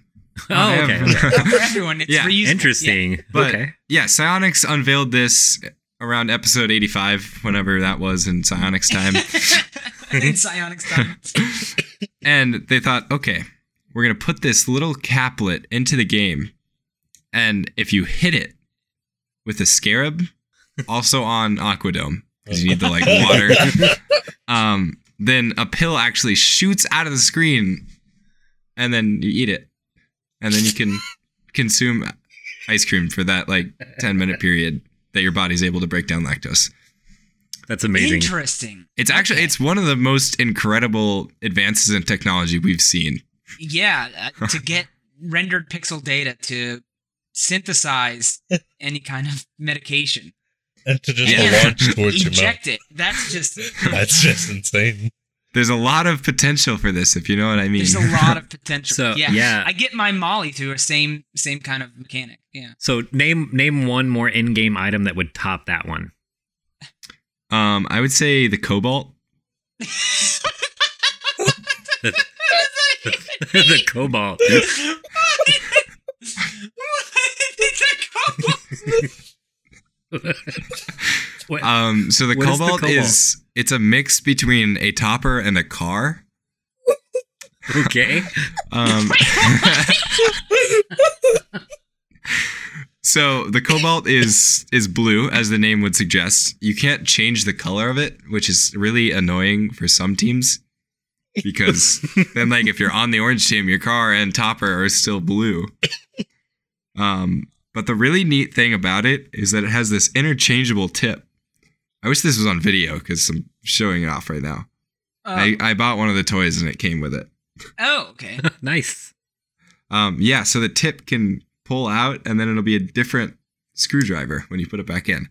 [SPEAKER 3] I
[SPEAKER 4] Oh,
[SPEAKER 3] have-
[SPEAKER 4] okay. okay.
[SPEAKER 2] For everyone, it's
[SPEAKER 3] Yeah,
[SPEAKER 2] reusable.
[SPEAKER 4] Interesting.
[SPEAKER 3] But
[SPEAKER 4] okay.
[SPEAKER 3] yeah, Psionics unveiled this around episode eighty five, whenever that was in Psionics time.
[SPEAKER 2] Yeah. In psionic time.
[SPEAKER 3] And they thought, okay, we're going to put this little caplet into the game. And if you hit it with a scarab, also on Aquadome, because you need the like water, um, then a pill actually shoots out of the screen and then you eat it. And then you can consume ice cream for that like 10 minute period that your body's able to break down lactose.
[SPEAKER 4] That's amazing.
[SPEAKER 2] Interesting.
[SPEAKER 3] It's actually
[SPEAKER 2] Okay.
[SPEAKER 3] it's one of the most incredible advances in technology we've seen.
[SPEAKER 2] Yeah, uh, to get rendered pixel data to synthesize any kind of medication.
[SPEAKER 5] And to just
[SPEAKER 2] Yeah.
[SPEAKER 5] launch towards your mouth.
[SPEAKER 2] Eject it. That's just
[SPEAKER 5] That's just insane.
[SPEAKER 3] There's a lot of potential for this, if you know what I mean.
[SPEAKER 2] there's a lot of potential.
[SPEAKER 4] So,
[SPEAKER 2] yeah.
[SPEAKER 4] yeah.
[SPEAKER 2] I get my Molly through a same same kind of mechanic. Yeah.
[SPEAKER 4] So name name one more in-game item that would top that one.
[SPEAKER 3] um, I would say the cobalt.
[SPEAKER 4] the cobalt. What-
[SPEAKER 3] Um, so the
[SPEAKER 4] What is the
[SPEAKER 3] cobalt,
[SPEAKER 4] cobalt?
[SPEAKER 3] is it's a mix between a topper and a car.
[SPEAKER 4] okay.
[SPEAKER 3] Um, So the cobalt is is blue, as the name would suggest. You can't change the color of it, which is really annoying for some teams. Because then like if you're on the orange team, your car and topper are still blue. Um, but the really neat thing about it is that it has this interchangeable tip. I wish this was on video because I'm showing it off right now. I,
[SPEAKER 2] Um,
[SPEAKER 3] I bought one of the toys and it came with it.
[SPEAKER 2] oh, okay.
[SPEAKER 4] nice.
[SPEAKER 3] Um, yeah, so the tip can pull out and then it'll be a different screwdriver when you put it back in.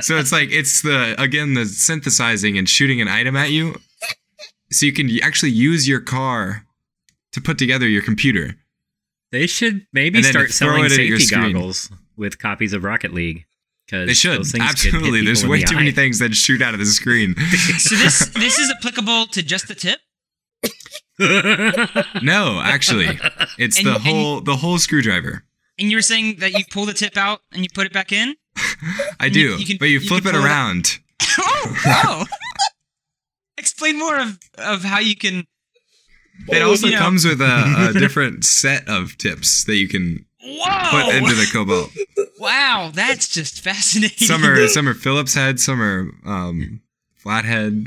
[SPEAKER 3] so it's like it's the again the synthesizing and shooting an item at you. So you can actually use your car to put together your computer.
[SPEAKER 4] They should maybe
[SPEAKER 3] And then
[SPEAKER 4] start
[SPEAKER 3] throw it
[SPEAKER 4] selling
[SPEAKER 3] at your
[SPEAKER 4] safety
[SPEAKER 3] screen.
[SPEAKER 4] goggles with copies of Rocket League. Because
[SPEAKER 3] They should absolutely. There's way too many things that shoot out of the screen.
[SPEAKER 2] So this this is applicable to just the tip.
[SPEAKER 4] things.
[SPEAKER 3] no, actually, it's
[SPEAKER 2] And-
[SPEAKER 3] the
[SPEAKER 2] and-
[SPEAKER 3] whole the whole screwdriver.
[SPEAKER 2] And you were saying that you pull the tip out and you put it back in.
[SPEAKER 3] I
[SPEAKER 2] And
[SPEAKER 3] do,
[SPEAKER 2] you- you can-
[SPEAKER 3] but you
[SPEAKER 2] you
[SPEAKER 3] flip
[SPEAKER 2] can
[SPEAKER 3] it
[SPEAKER 2] pull it-
[SPEAKER 3] around.
[SPEAKER 2] oh, oh. Explain more of of how you can.
[SPEAKER 3] It
[SPEAKER 2] Well,
[SPEAKER 3] also
[SPEAKER 2] you know-
[SPEAKER 3] comes with a, a different set of tips that you can put
[SPEAKER 2] Whoa!
[SPEAKER 3] into the cobalt.
[SPEAKER 2] wow, that's just fascinating.
[SPEAKER 3] Some are some are Phillips head, some are um, flathead,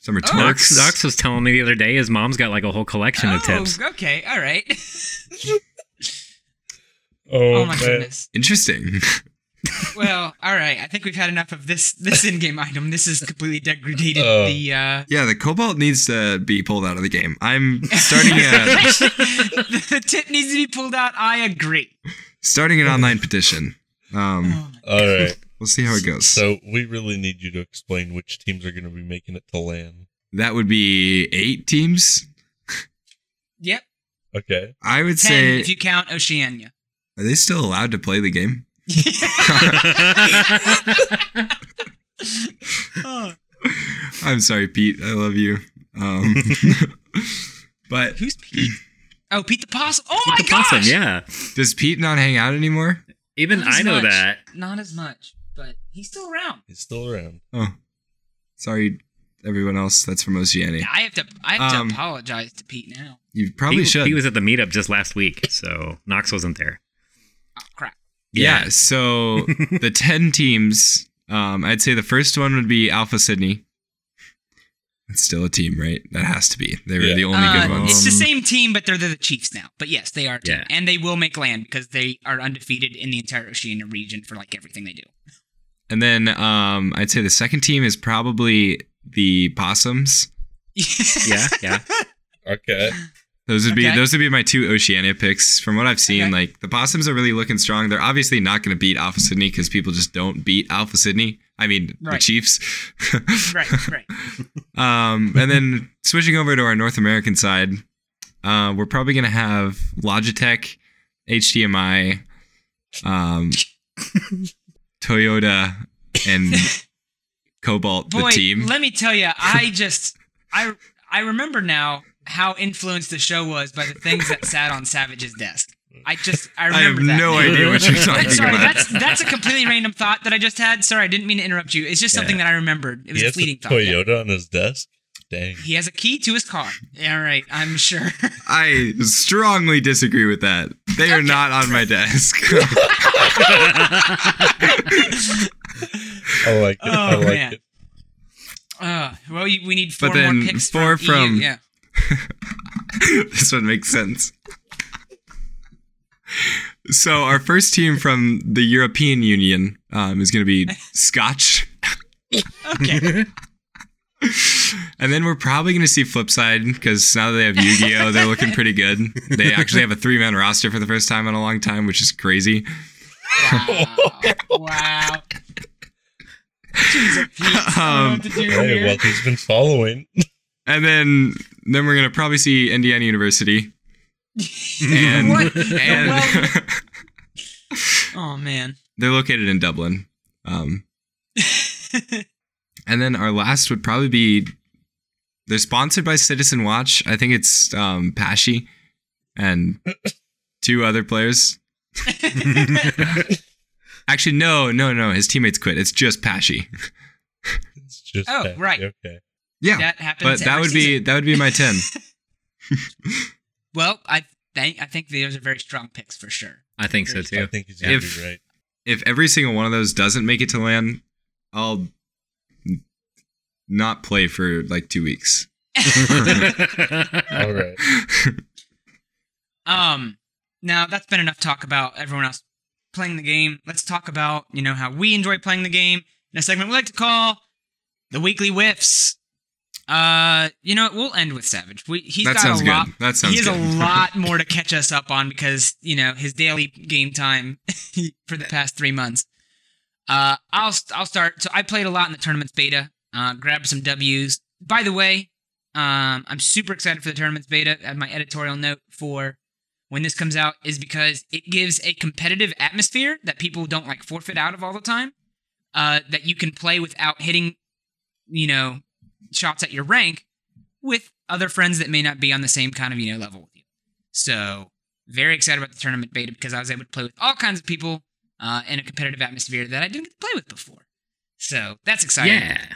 [SPEAKER 3] some are
[SPEAKER 4] Knox,
[SPEAKER 3] Torx.
[SPEAKER 4] Knox was telling me the other day his mom's got like a whole collection
[SPEAKER 2] oh,
[SPEAKER 4] of tips.
[SPEAKER 2] okay, all right.
[SPEAKER 5] Oh,
[SPEAKER 2] Oh my
[SPEAKER 5] man.
[SPEAKER 2] goodness.
[SPEAKER 3] Interesting.
[SPEAKER 2] Well, all right. I think we've had enough of this this in-game item. This has completely degraded
[SPEAKER 5] Oh.
[SPEAKER 2] the uh
[SPEAKER 3] yeah, the cobalt needs to be pulled out of the game. I'm starting a
[SPEAKER 2] the tip needs to be pulled out. I agree.
[SPEAKER 3] starting an online petition.
[SPEAKER 4] Hmm.
[SPEAKER 3] Um,
[SPEAKER 2] Oh,
[SPEAKER 5] All right.
[SPEAKER 3] we'll see how it goes.
[SPEAKER 5] So we really need you to explain which teams are going to be making it to LAN.
[SPEAKER 3] that would be eight teams.
[SPEAKER 2] yep.
[SPEAKER 5] Okay.
[SPEAKER 3] I
[SPEAKER 2] Ten
[SPEAKER 3] would say.
[SPEAKER 2] if you count Oceania.
[SPEAKER 3] are they still allowed to play the game?
[SPEAKER 2] Oh,
[SPEAKER 3] I'm sorry, Pete. I love you. Um, but
[SPEAKER 2] who's Pete? Oh, Pete the Possum. Oh my
[SPEAKER 4] Hmm. The
[SPEAKER 2] gosh.
[SPEAKER 4] possum, yeah.
[SPEAKER 3] Does Pete not hang out anymore?
[SPEAKER 4] Even
[SPEAKER 2] Not as
[SPEAKER 4] I know
[SPEAKER 2] much.
[SPEAKER 4] that.
[SPEAKER 2] Not as much, but he's still around.
[SPEAKER 5] He's still around.
[SPEAKER 3] Oh, sorry, everyone else. That's from Oceania.
[SPEAKER 2] I have to I have
[SPEAKER 3] Um,
[SPEAKER 2] to apologize to Pete now.
[SPEAKER 3] You probably
[SPEAKER 4] he,
[SPEAKER 3] should.
[SPEAKER 4] He was at the meetup just last week, so Knox wasn't there.
[SPEAKER 2] Oh crap.
[SPEAKER 3] yeah. So the ten teams. Um, I'd say the first one would be Alpha Sydney. It's still a team, right? That has to be. They were
[SPEAKER 5] Yeah.
[SPEAKER 3] the only
[SPEAKER 2] Uh,
[SPEAKER 3] good ones.
[SPEAKER 2] It's the same team, but they're the Chiefs now. But yes, they are a team.
[SPEAKER 4] Yeah.
[SPEAKER 2] And they will make land because they are undefeated in the entire Oceania region for like everything they do.
[SPEAKER 3] And then um, I'd say the second team is probably the Possums.
[SPEAKER 4] Yeah, yeah.
[SPEAKER 5] Okay.
[SPEAKER 3] Those would be
[SPEAKER 2] Okay.
[SPEAKER 3] those would be my two Oceania picks. From what I've seen,
[SPEAKER 2] Okay.
[SPEAKER 3] like the Possums are really looking strong. They're obviously not going to beat Alpha Sydney because people just don't beat Alpha Sydney. I mean, the
[SPEAKER 2] Right.
[SPEAKER 3] Chiefs.
[SPEAKER 2] right, right.
[SPEAKER 3] Um, and then switching over to our North American side, uh, we're probably going to have Logitech, HDMI, um, Toyota, and Cobalt,
[SPEAKER 2] Boy,
[SPEAKER 3] the team.
[SPEAKER 2] let me tell you, I just I I remember now how influenced the show was by the things that sat on Savage's desk. I just I
[SPEAKER 3] I have
[SPEAKER 2] remember that.
[SPEAKER 3] no
[SPEAKER 2] now.
[SPEAKER 3] idea what you're talking
[SPEAKER 2] That's, sorry,
[SPEAKER 3] about.
[SPEAKER 2] that's that's a completely random thought that I just had. Sorry, I didn't mean to interrupt you. It's just something that I remembered. It was
[SPEAKER 5] He
[SPEAKER 2] a
[SPEAKER 5] has a
[SPEAKER 2] fleeting thought. yeah.
[SPEAKER 5] Toyota on his desk. Dang.
[SPEAKER 2] He has a key to his car. All right, I'm sure.
[SPEAKER 3] I strongly disagree with that. They are not on my desk.
[SPEAKER 5] I like it.
[SPEAKER 2] Oh,
[SPEAKER 5] I like
[SPEAKER 2] man.
[SPEAKER 5] it.
[SPEAKER 2] Uh, well, you, we need four
[SPEAKER 3] But then
[SPEAKER 2] more picks.
[SPEAKER 3] four from-
[SPEAKER 2] EU, yeah.
[SPEAKER 3] this one makes sense. So our first team from the European Union um, is going to be Scotch.
[SPEAKER 2] Okay.
[SPEAKER 3] And then we're probably going to see Flipside because now that they have Yu Gi Oh, they're looking pretty good. They actually have a three man roster for the first time in a long time, which is crazy.
[SPEAKER 2] Wow. wow. Jesus, Pete, I don't know what to do
[SPEAKER 5] Hey,
[SPEAKER 2] here.
[SPEAKER 5] well, he's been following.
[SPEAKER 3] And then then we're going to probably see Indiana University. And,
[SPEAKER 2] What? The
[SPEAKER 3] and
[SPEAKER 2] well- oh man.
[SPEAKER 3] they're located in Dublin. Um, and then our last would probably be they're sponsored by Citizen Watch. I think it's um, Pashi and two other players. Actually, no, no, no. His teammates quit. It's just Pashi.
[SPEAKER 5] It's just
[SPEAKER 2] Oh,
[SPEAKER 5] Patsy.
[SPEAKER 2] right.
[SPEAKER 5] Okay.
[SPEAKER 3] Yeah,
[SPEAKER 2] That happens.
[SPEAKER 3] but that
[SPEAKER 2] every
[SPEAKER 3] would
[SPEAKER 2] season.
[SPEAKER 3] be that would be my ten.
[SPEAKER 2] Well, I I I think those are very strong picks for sure.
[SPEAKER 4] I think so
[SPEAKER 5] I
[SPEAKER 4] too.
[SPEAKER 5] think he's gonna
[SPEAKER 3] If-
[SPEAKER 5] be right.
[SPEAKER 3] if every single one of those doesn't make it to land, I'll not play for like two weeks.
[SPEAKER 5] All right.
[SPEAKER 2] Um, now that's been enough talk about everyone else playing the game. Let's talk about you know how we enjoy playing the game in a segment we like to call the weekly whiffs. Uh, you know what? We'll end with Savage. We he's
[SPEAKER 3] that
[SPEAKER 2] got
[SPEAKER 3] sounds
[SPEAKER 2] a lot.
[SPEAKER 3] good. That
[SPEAKER 2] He
[SPEAKER 3] sounds
[SPEAKER 2] has
[SPEAKER 3] good.
[SPEAKER 2] a lot more to catch us up on because you know his daily game time for the past three months. Uh, I'll I'll start. So I played a lot in the tournaments beta. Uh, grabbed some Ws. By the way, um, I'm super excited for the tournaments beta. And my editorial note for when this comes out is because it gives a competitive atmosphere that people don't like forfeit out of all the time. Uh, that you can play without hitting, you know, shots at your rank with other friends that may not be on the same kind of you know level with you. So very excited about the tournament beta because I was able to play with all kinds of people uh, in a competitive atmosphere that I didn't get to play with before. So that's exciting.
[SPEAKER 4] yeah.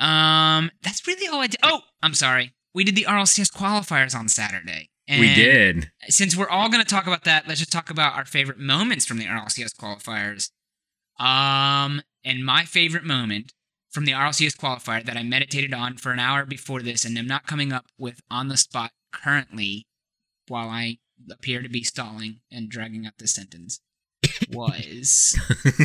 [SPEAKER 2] Um, that's really all I did. Oh, I'm sorry. We did the RLCS qualifiers on Saturday. And
[SPEAKER 4] We did.
[SPEAKER 2] Since we're all going to talk about that, let's just talk about our favorite moments from the RLCS qualifiers. Um, and my favorite moment from the RLCS qualifier that I meditated on for an hour before this and am not coming up with on the spot currently while I appear to be stalling and dragging out this sentence was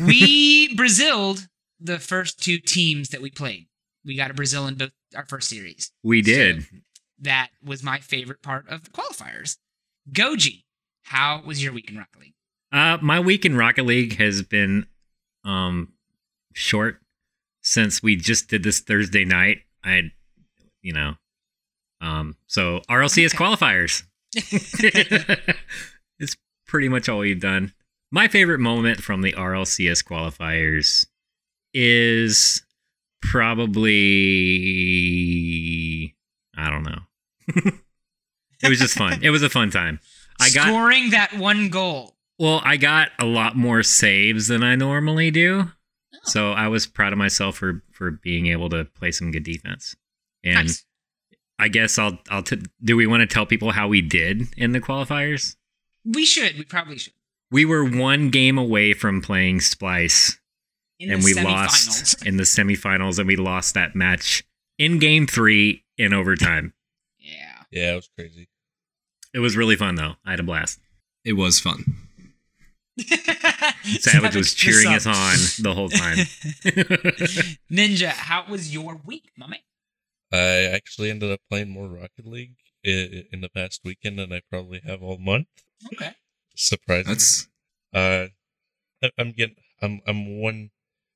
[SPEAKER 2] we Braziled the first two teams that we played. We got a Brazil in both our first series.
[SPEAKER 4] We
[SPEAKER 2] So-
[SPEAKER 4] did.
[SPEAKER 2] That was my favorite part of the qualifiers. Goji, how was your week in Rocket League?
[SPEAKER 4] Uh, my week in Rocket League has been um short since we just did this Thursday night. I, you know, um, so RLCS qualifiers. it's pretty much all we've done. My favorite moment from the RLCS qualifiers is probably I don't know. it was just fun. It was a fun time. I got
[SPEAKER 2] scoring that one goal.
[SPEAKER 4] well, I got a lot more saves than I normally
[SPEAKER 2] Oh.
[SPEAKER 4] do. So I was proud of myself for for being able to play some good defense. And
[SPEAKER 2] Nice.
[SPEAKER 4] I guess I'll I'll t- do we want to tell people how we did in the qualifiers?
[SPEAKER 2] We should. We probably should.
[SPEAKER 4] We were one game away from playing Splice
[SPEAKER 2] In
[SPEAKER 4] and
[SPEAKER 2] the
[SPEAKER 4] we
[SPEAKER 2] semifinals.
[SPEAKER 4] lost in the semifinals and we lost that match in game 3 in overtime.
[SPEAKER 2] Yeah.
[SPEAKER 5] Yeah, it was crazy.
[SPEAKER 4] it was really fun though. I had a blast.
[SPEAKER 3] it was fun.
[SPEAKER 4] Savage was cheering us
[SPEAKER 2] the sub.
[SPEAKER 4] on the whole time.
[SPEAKER 2] Ninja, how was your week, my man?
[SPEAKER 5] I actually ended up playing more Rocket League i- in the past weekend than I probably have all month.
[SPEAKER 2] Okay.
[SPEAKER 5] Surprising.
[SPEAKER 3] That's
[SPEAKER 5] Uh, I- I'm getting. I'm. I'm one.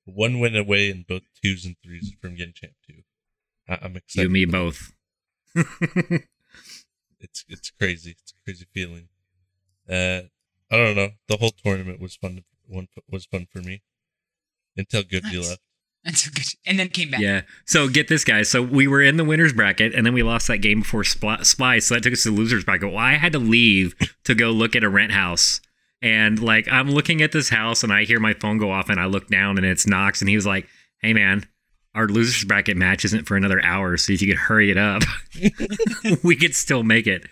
[SPEAKER 5] One win away in both twos and threes from getting champ two. I- I'm excited.
[SPEAKER 4] you me both.
[SPEAKER 5] It's it's crazy. It's a crazy feeling. Uh, I don't know. The whole tournament was fun. One was fun for me until Goodie
[SPEAKER 2] Nice.
[SPEAKER 5] left.
[SPEAKER 2] That's so good. And then came back.
[SPEAKER 4] Yeah. So get this, guys. So we were in the winners bracket, and then we lost that game before Spli- Splice. So that took us to the losers bracket. Well, I had to leave to go look at a rent house, and like I'm looking at this house, and I hear my phone go off, and I look down, and it's Knox, and he was like, "Hey, man." Our losers bracket match isn't for another hour, so if you could hurry it up, we could still make it.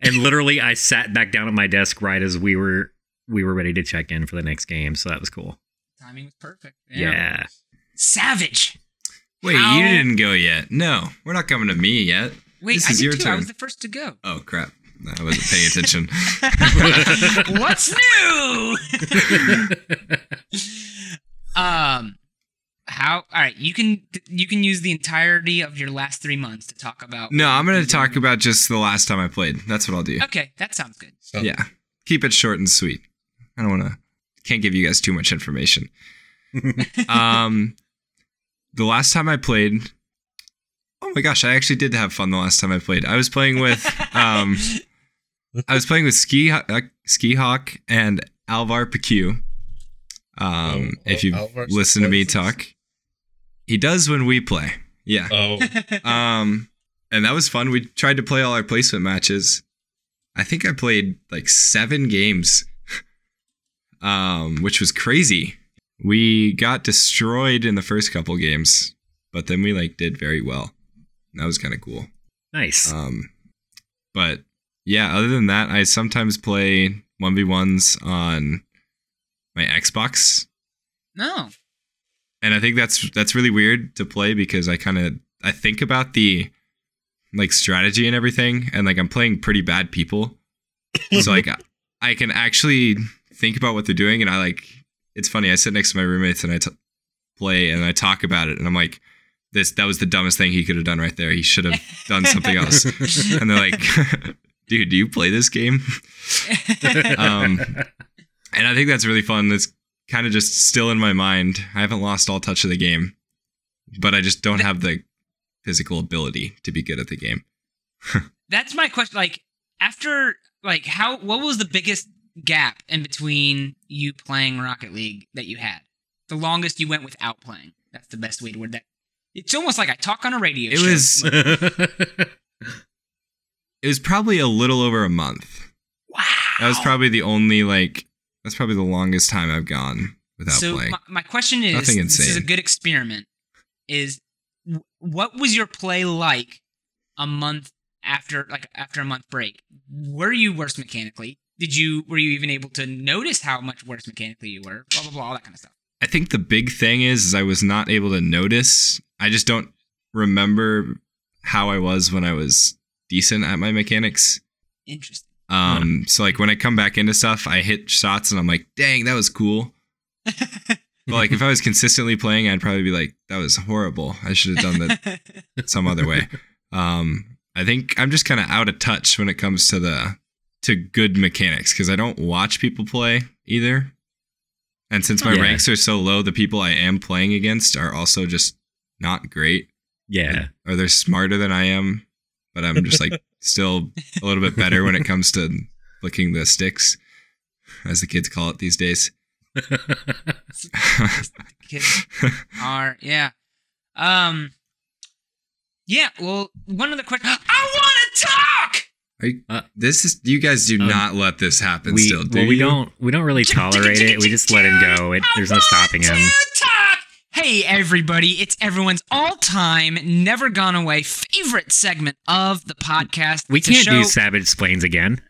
[SPEAKER 4] And literally, I sat back down at my desk right as we were we were ready to check in for the next game, so that was cool.
[SPEAKER 2] Timing was perfect.
[SPEAKER 4] Yeah,
[SPEAKER 2] Savage.
[SPEAKER 3] wait,
[SPEAKER 2] How-
[SPEAKER 3] you didn't go yet. No, we're not coming to me yet.
[SPEAKER 2] Wait,
[SPEAKER 3] This
[SPEAKER 2] I
[SPEAKER 3] is
[SPEAKER 2] did
[SPEAKER 3] your
[SPEAKER 2] too. I
[SPEAKER 3] turn.
[SPEAKER 2] was the first to go.
[SPEAKER 3] Oh crap! I wasn't paying attention.
[SPEAKER 2] What's new? um, how? All right, you can you can use the entirety of your last three months to talk about.
[SPEAKER 3] no, I'm gonna talk about just the last time I played. That's what I'll do.
[SPEAKER 2] Okay, that sounds good.
[SPEAKER 5] So
[SPEAKER 3] Yeah, keep it short and sweet. I don't want to. Can't give you guys too much information. um, the last time I played. Oh my gosh, I actually did have fun the last time I played. I was playing with um, I was playing with Ski Ho- uh, Ski Hawk and Alvar PQ. Um,
[SPEAKER 5] Oh,
[SPEAKER 3] if you
[SPEAKER 5] Al- Alvar
[SPEAKER 3] listen to me
[SPEAKER 5] still plays
[SPEAKER 3] talk, he does when we play. Yeah.
[SPEAKER 5] Oh,
[SPEAKER 3] Um, and that was fun. We tried to play all our placement matches. I think I played like seven games, um, which was crazy. We got destroyed in the first couple games, but then we like did very well. That was kind of cool.
[SPEAKER 4] nice.
[SPEAKER 3] Um, but yeah, other than that, I sometimes play 1v1s on my Xbox.
[SPEAKER 2] No.
[SPEAKER 3] And I think that's that's really weird to play because I kind of I think about the like strategy and everything and like I'm playing pretty bad people. so like I- I can actually think about what they're doing and I like it's funny. I sit next to my roommates and I t- play and I talk about it and I'm like this that was the dumbest thing he could have done right there. He should have done something else. and they're like, "Dude, do you play this game?" Um, and I think that's really fun. That's kind of just still in my mind. I haven't lost all touch of the game, but I just don't have the physical ability to be good at the game.
[SPEAKER 2] That's my question. Like after like how what was the biggest gap in between you playing Rocket League that you had? The longest you went without playing. That's the best way to word that. It's almost like I talk on a radio
[SPEAKER 3] It
[SPEAKER 2] show.
[SPEAKER 3] was it was probably a little over a month.
[SPEAKER 2] wow.
[SPEAKER 3] That was probably the only like that's probably the longest time I've gone without
[SPEAKER 2] so
[SPEAKER 3] playing.
[SPEAKER 2] my, my question is
[SPEAKER 3] Nothing
[SPEAKER 2] this is a
[SPEAKER 3] insane.
[SPEAKER 2] good experiment is w- what was your play like a month after like after a month break were you worse mechanically did you were you even able to notice how much worse mechanically you were blah blah blah all that kind of stuff
[SPEAKER 3] I think the big thing is, is I was not able to notice. I just don't remember how I was when I was decent at my mechanics.
[SPEAKER 2] interesting
[SPEAKER 3] Um, So like when I come back into stuff, I hit shots and I'm like, dang, that was cool. But like if I was consistently playing, I'd probably be like, that was horrible. I should have done that some other way. Um, I think I'm just kind of out of touch when it comes to the to good mechanics because I don't watch people play either. And since my
[SPEAKER 4] Yeah.
[SPEAKER 3] ranks are so low, the people I am playing against are also just not great
[SPEAKER 4] yeah.
[SPEAKER 3] or they're smarter than I am, but I'm just like still a little bit better when it comes to flicking the sticks, as the kids call it these days.
[SPEAKER 2] kids are yeah um yeah well one of the questions i want to talk
[SPEAKER 3] Are you,
[SPEAKER 4] Uh,
[SPEAKER 3] this is you guys do
[SPEAKER 4] um,
[SPEAKER 3] not let this happen.
[SPEAKER 4] we,
[SPEAKER 3] still, do
[SPEAKER 4] well, we
[SPEAKER 3] you?
[SPEAKER 4] don't we don't really tolerate it. We just let him go. It,
[SPEAKER 2] I
[SPEAKER 4] there's no
[SPEAKER 2] want
[SPEAKER 4] stopping him.
[SPEAKER 2] to talk. Hey everybody, it's everyone's all-time, never gone away favorite segment of the podcast.
[SPEAKER 4] We
[SPEAKER 2] It's a
[SPEAKER 4] can't do
[SPEAKER 2] show-
[SPEAKER 4] savage splains again.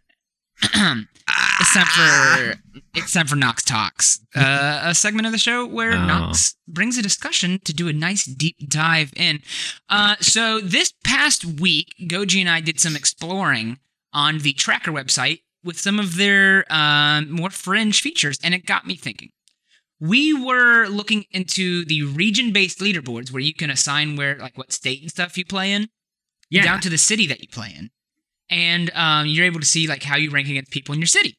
[SPEAKER 2] it's time for it's time for Knox Talks, uh, a segment of the show where
[SPEAKER 4] Oh.
[SPEAKER 2] Knox brings a discussion to do a nice deep dive in. Uh, so this past week, Goji and I did some exploring on the Tracker website with some of their um, more fringe features, and it got me thinking. We were looking into the region-based leaderboards where you can assign where, like, what state and stuff you play in
[SPEAKER 4] Yeah.
[SPEAKER 2] down to the city that you play in. And um, you're able to see like how you rank against people in your city.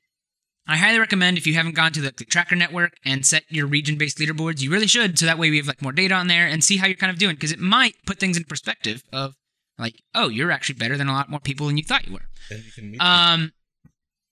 [SPEAKER 2] I highly recommend if you haven't gone to the, the tracker network and set your region-based leaderboards, you really should. So that way we have like more data on there and see how you're kind of doing because it might put things in perspective of like, oh, you're actually better than a lot more people than you thought you were.
[SPEAKER 5] And you can meet
[SPEAKER 2] Um,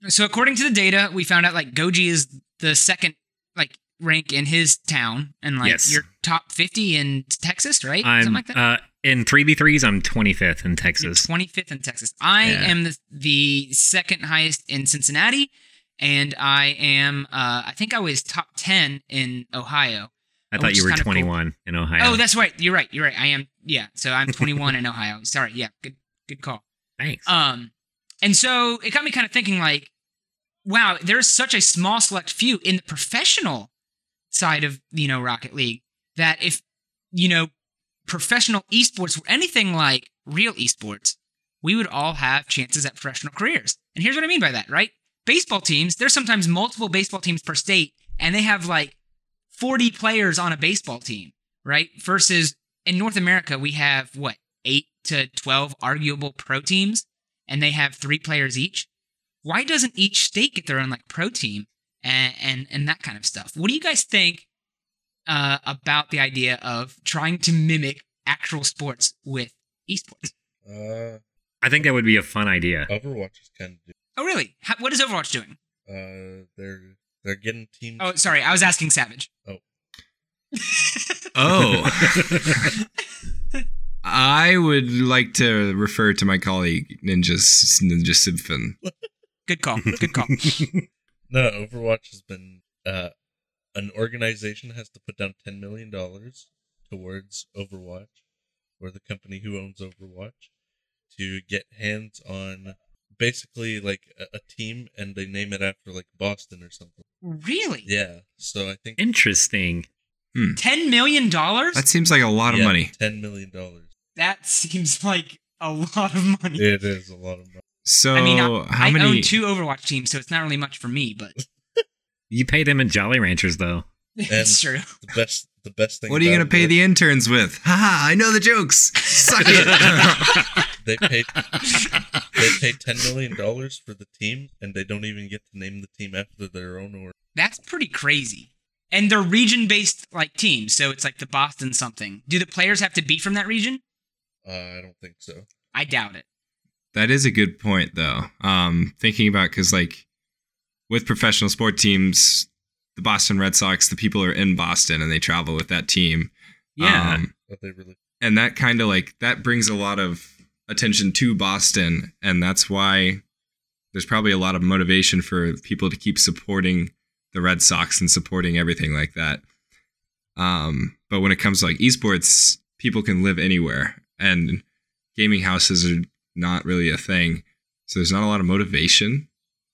[SPEAKER 2] so according to the data, we found out like Goji is the second like rank in his town, and like
[SPEAKER 4] Yes.
[SPEAKER 2] you're top fifty in Texas, right?
[SPEAKER 4] I'm
[SPEAKER 2] Something like that.
[SPEAKER 4] uh, in 3v3s. I'm 25th in
[SPEAKER 2] You're
[SPEAKER 4] Texas.
[SPEAKER 2] 25th in Texas. I
[SPEAKER 4] Yeah.
[SPEAKER 2] am the, the second highest in Cincinnati, and I am, uh, I think I was top 10 in Ohio.
[SPEAKER 4] I
[SPEAKER 2] which
[SPEAKER 4] thought you
[SPEAKER 2] is
[SPEAKER 4] were
[SPEAKER 2] oh, kinda cool.
[SPEAKER 4] 21 in Ohio.
[SPEAKER 2] Oh, that's right. You're right. You're right. I am, yeah. So I'm 21 in Ohio. Sorry. Yeah. Good, good call.
[SPEAKER 4] thanks.
[SPEAKER 2] Um, and so it got me kind of thinking, like, wow, there's such a small select few in the professional side of you know Rocket League that if you know professional esports were anything like real esports, we would all have chances at professional careers. And here's what I mean by that, right? Baseball teams, there's sometimes multiple baseball teams per state, and they have like 40 players on a baseball team, right? Versus in North America, we have what, eight to 12 arguable pro teams, and they have three players each. Why doesn't each state get their own like pro team and and, and that kind of stuff? What do you guys think uh, about the idea of trying to mimic actual sports with esports?
[SPEAKER 5] uh,
[SPEAKER 4] I think that would be a fun idea.
[SPEAKER 5] Overwatch is kind of
[SPEAKER 2] Oh, really? How, what is Overwatch doing?
[SPEAKER 5] uh, they're they're getting teams.
[SPEAKER 2] Oh, sorry, I was asking Savage.
[SPEAKER 3] Oh, I would like to refer to my colleague Ninja S- Ninja Sibfin.
[SPEAKER 2] Good call. Good call.
[SPEAKER 5] No, Overwatch has been uh, an organization has to put down ten million dollars towards Overwatch, or the company who owns Overwatch, to get hands on basically like a, a team and they name it after like Boston or something.
[SPEAKER 2] Really?
[SPEAKER 5] Yeah. So I think
[SPEAKER 4] Interesting.
[SPEAKER 2] Ten million dollars?
[SPEAKER 3] That seems like a lot of
[SPEAKER 5] yeah,
[SPEAKER 3] money.
[SPEAKER 5] Ten million dollars.
[SPEAKER 2] That seems like a lot of money.
[SPEAKER 5] It is a lot of money.
[SPEAKER 3] So
[SPEAKER 2] I mean, I,
[SPEAKER 3] how
[SPEAKER 2] I
[SPEAKER 3] many?
[SPEAKER 2] own two Overwatch teams, so it's not really much for me, but
[SPEAKER 4] You pay them in Jolly Ranchers though.
[SPEAKER 2] it's true.
[SPEAKER 5] The best. The best thing.
[SPEAKER 3] what are you
[SPEAKER 5] about
[SPEAKER 3] gonna pay
[SPEAKER 5] it
[SPEAKER 3] the interns with? Haha! I know the jokes. Suck it.
[SPEAKER 5] is They paid. they paid ten million dollars for the team, and they don't even get to name the team after their own or
[SPEAKER 2] That's pretty crazy. And they're region-based like teams, so it's like the Boston something. Do the players have to be from that region?
[SPEAKER 5] Uh, I don't think so.
[SPEAKER 2] I doubt it.
[SPEAKER 3] that is a good point, though. Um, thinking about because like with professional sport teams, the Boston Red Sox, the people are in Boston and they travel with that team.
[SPEAKER 4] Yeah.
[SPEAKER 3] Um,
[SPEAKER 5] But they really.
[SPEAKER 3] and that kind of like that brings a lot of attention to Boston, and that's why there's probably a lot of motivation for people to keep supporting the Red Sox and supporting everything like that. Um, but when it comes to like esports, people can live anywhere, and gaming houses are not really a thing, so there's not a lot of motivation,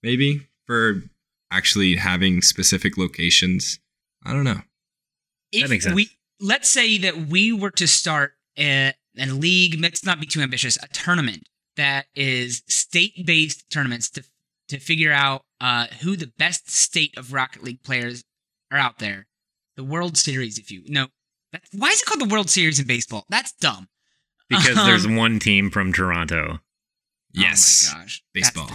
[SPEAKER 3] maybe for actually having specific locations. I don't know.
[SPEAKER 2] If
[SPEAKER 4] makes sense.
[SPEAKER 2] We, let's say that we were to start a, a league, let's not be too ambitious, a tournament that is state-based tournaments to, to figure out uh, who the best state of Rocket League players are out there. The World Series, if you... No. That, why is it called the World Series in baseball? That's dumb.
[SPEAKER 4] Because there's
[SPEAKER 2] Um,
[SPEAKER 4] one team from Toronto.
[SPEAKER 3] Yes,
[SPEAKER 2] Oh my gosh. That's
[SPEAKER 3] baseball.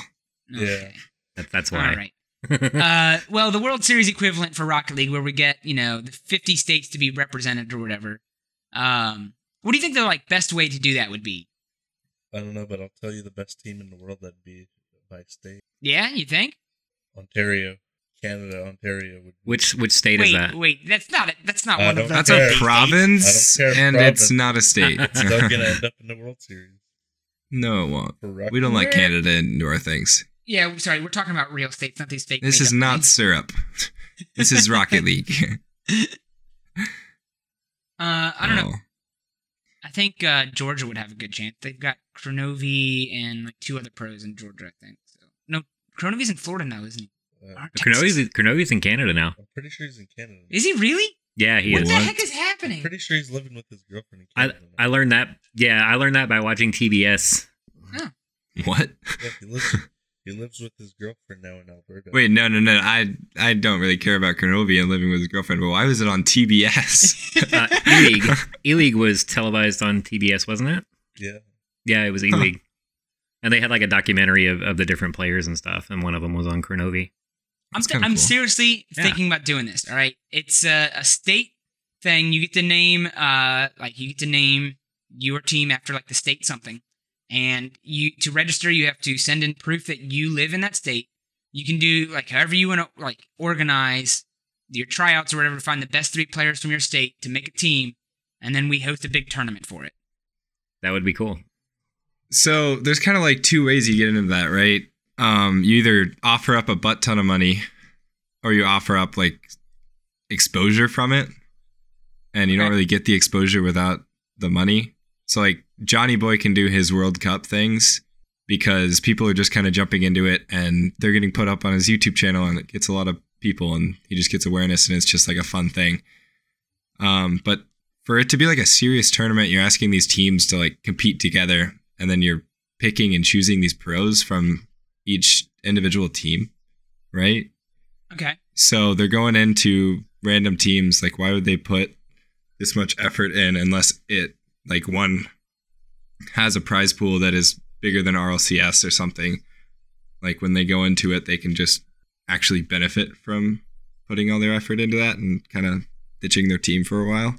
[SPEAKER 2] the-
[SPEAKER 5] Yeah.
[SPEAKER 2] okay.
[SPEAKER 4] That, that's
[SPEAKER 2] All
[SPEAKER 4] why.
[SPEAKER 2] right. uh, well, the World Series equivalent for Rocket League, where we get you know the 50 states to be represented or whatever. Um, what do you think the like best way to do that would be?
[SPEAKER 5] I don't know, but I'll tell you the best team in the world that'd be by state.
[SPEAKER 2] Yeah, you think?
[SPEAKER 5] Ontario, Canada, Ontario would.
[SPEAKER 4] Which which state
[SPEAKER 2] wait,
[SPEAKER 4] is that?
[SPEAKER 2] wait, that's not it. That's not
[SPEAKER 5] I
[SPEAKER 2] one
[SPEAKER 5] don't
[SPEAKER 2] of those.
[SPEAKER 3] Uh, That's
[SPEAKER 5] care.
[SPEAKER 3] a province,
[SPEAKER 5] I don't care,
[SPEAKER 3] and
[SPEAKER 5] province.
[SPEAKER 3] it's not a state.
[SPEAKER 5] It's not gonna end up in the World Series.
[SPEAKER 3] no, it won't.
[SPEAKER 5] For Rocket
[SPEAKER 3] We don't like
[SPEAKER 2] We're-
[SPEAKER 3] Canada and our things.
[SPEAKER 2] Yeah, we're sorry, we're talking about real states, not these fake.
[SPEAKER 3] This is
[SPEAKER 2] made-up
[SPEAKER 3] not
[SPEAKER 2] things.
[SPEAKER 3] syrup. This is Rocket League.
[SPEAKER 2] Uh, I don't know. I
[SPEAKER 3] Oh.
[SPEAKER 2] think uh, Georgia would have a good chance. They've got Cronovi and like two other pros in Georgia, I think. So no, Cronovi's in Florida now, isn't he?
[SPEAKER 5] League. Uh,
[SPEAKER 2] Or Texas.
[SPEAKER 4] Cronovi's, Cronovi's in Canada now.
[SPEAKER 5] I'm pretty sure he's in Canada.
[SPEAKER 2] Is he really?
[SPEAKER 4] Yeah, he
[SPEAKER 2] what
[SPEAKER 4] is.
[SPEAKER 2] the
[SPEAKER 3] What?
[SPEAKER 2] heck is happening?
[SPEAKER 5] I'm pretty sure he's living with his girlfriend in
[SPEAKER 4] I,
[SPEAKER 5] Canada.
[SPEAKER 4] I learned that. Yeah, I learned that by watching TBS.
[SPEAKER 3] What?
[SPEAKER 5] Yeah, he lives. he lives with his girlfriend now in Alberta.
[SPEAKER 3] Wait, no, no, no. I I don't really care about Kronovi and living with his girlfriend, but why was it on TBS?
[SPEAKER 4] Uh, E League. E League was televised on TBS, wasn't it?
[SPEAKER 5] Yeah.
[SPEAKER 4] Yeah, it was E
[SPEAKER 3] Huh.
[SPEAKER 4] League. And they had like a documentary of, of the different players and stuff, and one of them was on Cronovi.
[SPEAKER 2] I'm,
[SPEAKER 3] That's
[SPEAKER 2] th-
[SPEAKER 3] kinda
[SPEAKER 2] I'm
[SPEAKER 3] cool.
[SPEAKER 2] seriously
[SPEAKER 4] Yeah.
[SPEAKER 2] thinking about doing this. All right, it's a, a state thing. You get to name, uh, like you get to name your team after like the state something, and you to register, you have to send in proof that you live in that state. You can do like however you want to like organize your tryouts or whatever to find the best three players from your state to make a team, and then we host a big tournament for it.
[SPEAKER 4] That would be cool.
[SPEAKER 3] So there's kind of like two ways you get into that, right? Um, you either offer up a butt ton of money, or you offer up like exposure from it, and you don't
[SPEAKER 2] Okay.
[SPEAKER 3] really get the exposure without the money. So like Johnny Boy can do his World Cup things because people are just kind of jumping into it, and they're getting put up on his YouTube channel, and it gets a lot of people, and he just gets awareness, and it's just like a fun thing. Um, but for it to be like a serious tournament, you're asking these teams to like compete together, and then you're picking and choosing these pros from each individual team, right?
[SPEAKER 2] Okay.
[SPEAKER 3] So they're going into random teams. Like, why would they put this much effort in unless it, like, one has a prize pool that is bigger than RLCS or something? Like, when they go into it, they can just actually benefit from putting all their effort into that and kind of ditching their team for a while.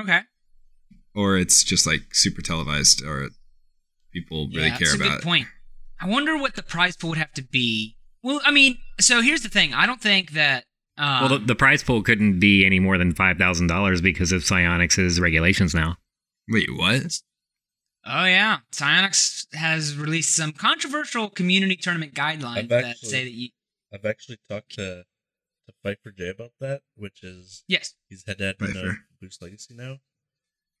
[SPEAKER 2] Okay.
[SPEAKER 3] Or it's just like super televised or people really
[SPEAKER 2] yeah,
[SPEAKER 3] care
[SPEAKER 2] that's a
[SPEAKER 3] about
[SPEAKER 2] good
[SPEAKER 3] it.
[SPEAKER 2] point. I wonder what the prize pool would have to be. Well, I mean, so here's the thing. I don't think that. Um,
[SPEAKER 4] well, the, the prize pool couldn't be any more than $5,000 because of Psyonix's regulations now.
[SPEAKER 3] Wait, what?
[SPEAKER 2] oh yeah, Psyonix has released some controversial community tournament guidelines
[SPEAKER 5] I've
[SPEAKER 2] that
[SPEAKER 5] actually-
[SPEAKER 2] say that you.
[SPEAKER 5] I've actually talked to to Pfeiffer J about that, which is
[SPEAKER 2] Yes,
[SPEAKER 5] he's head admin of
[SPEAKER 3] Pfeiffer.
[SPEAKER 5] Boost Legacy now.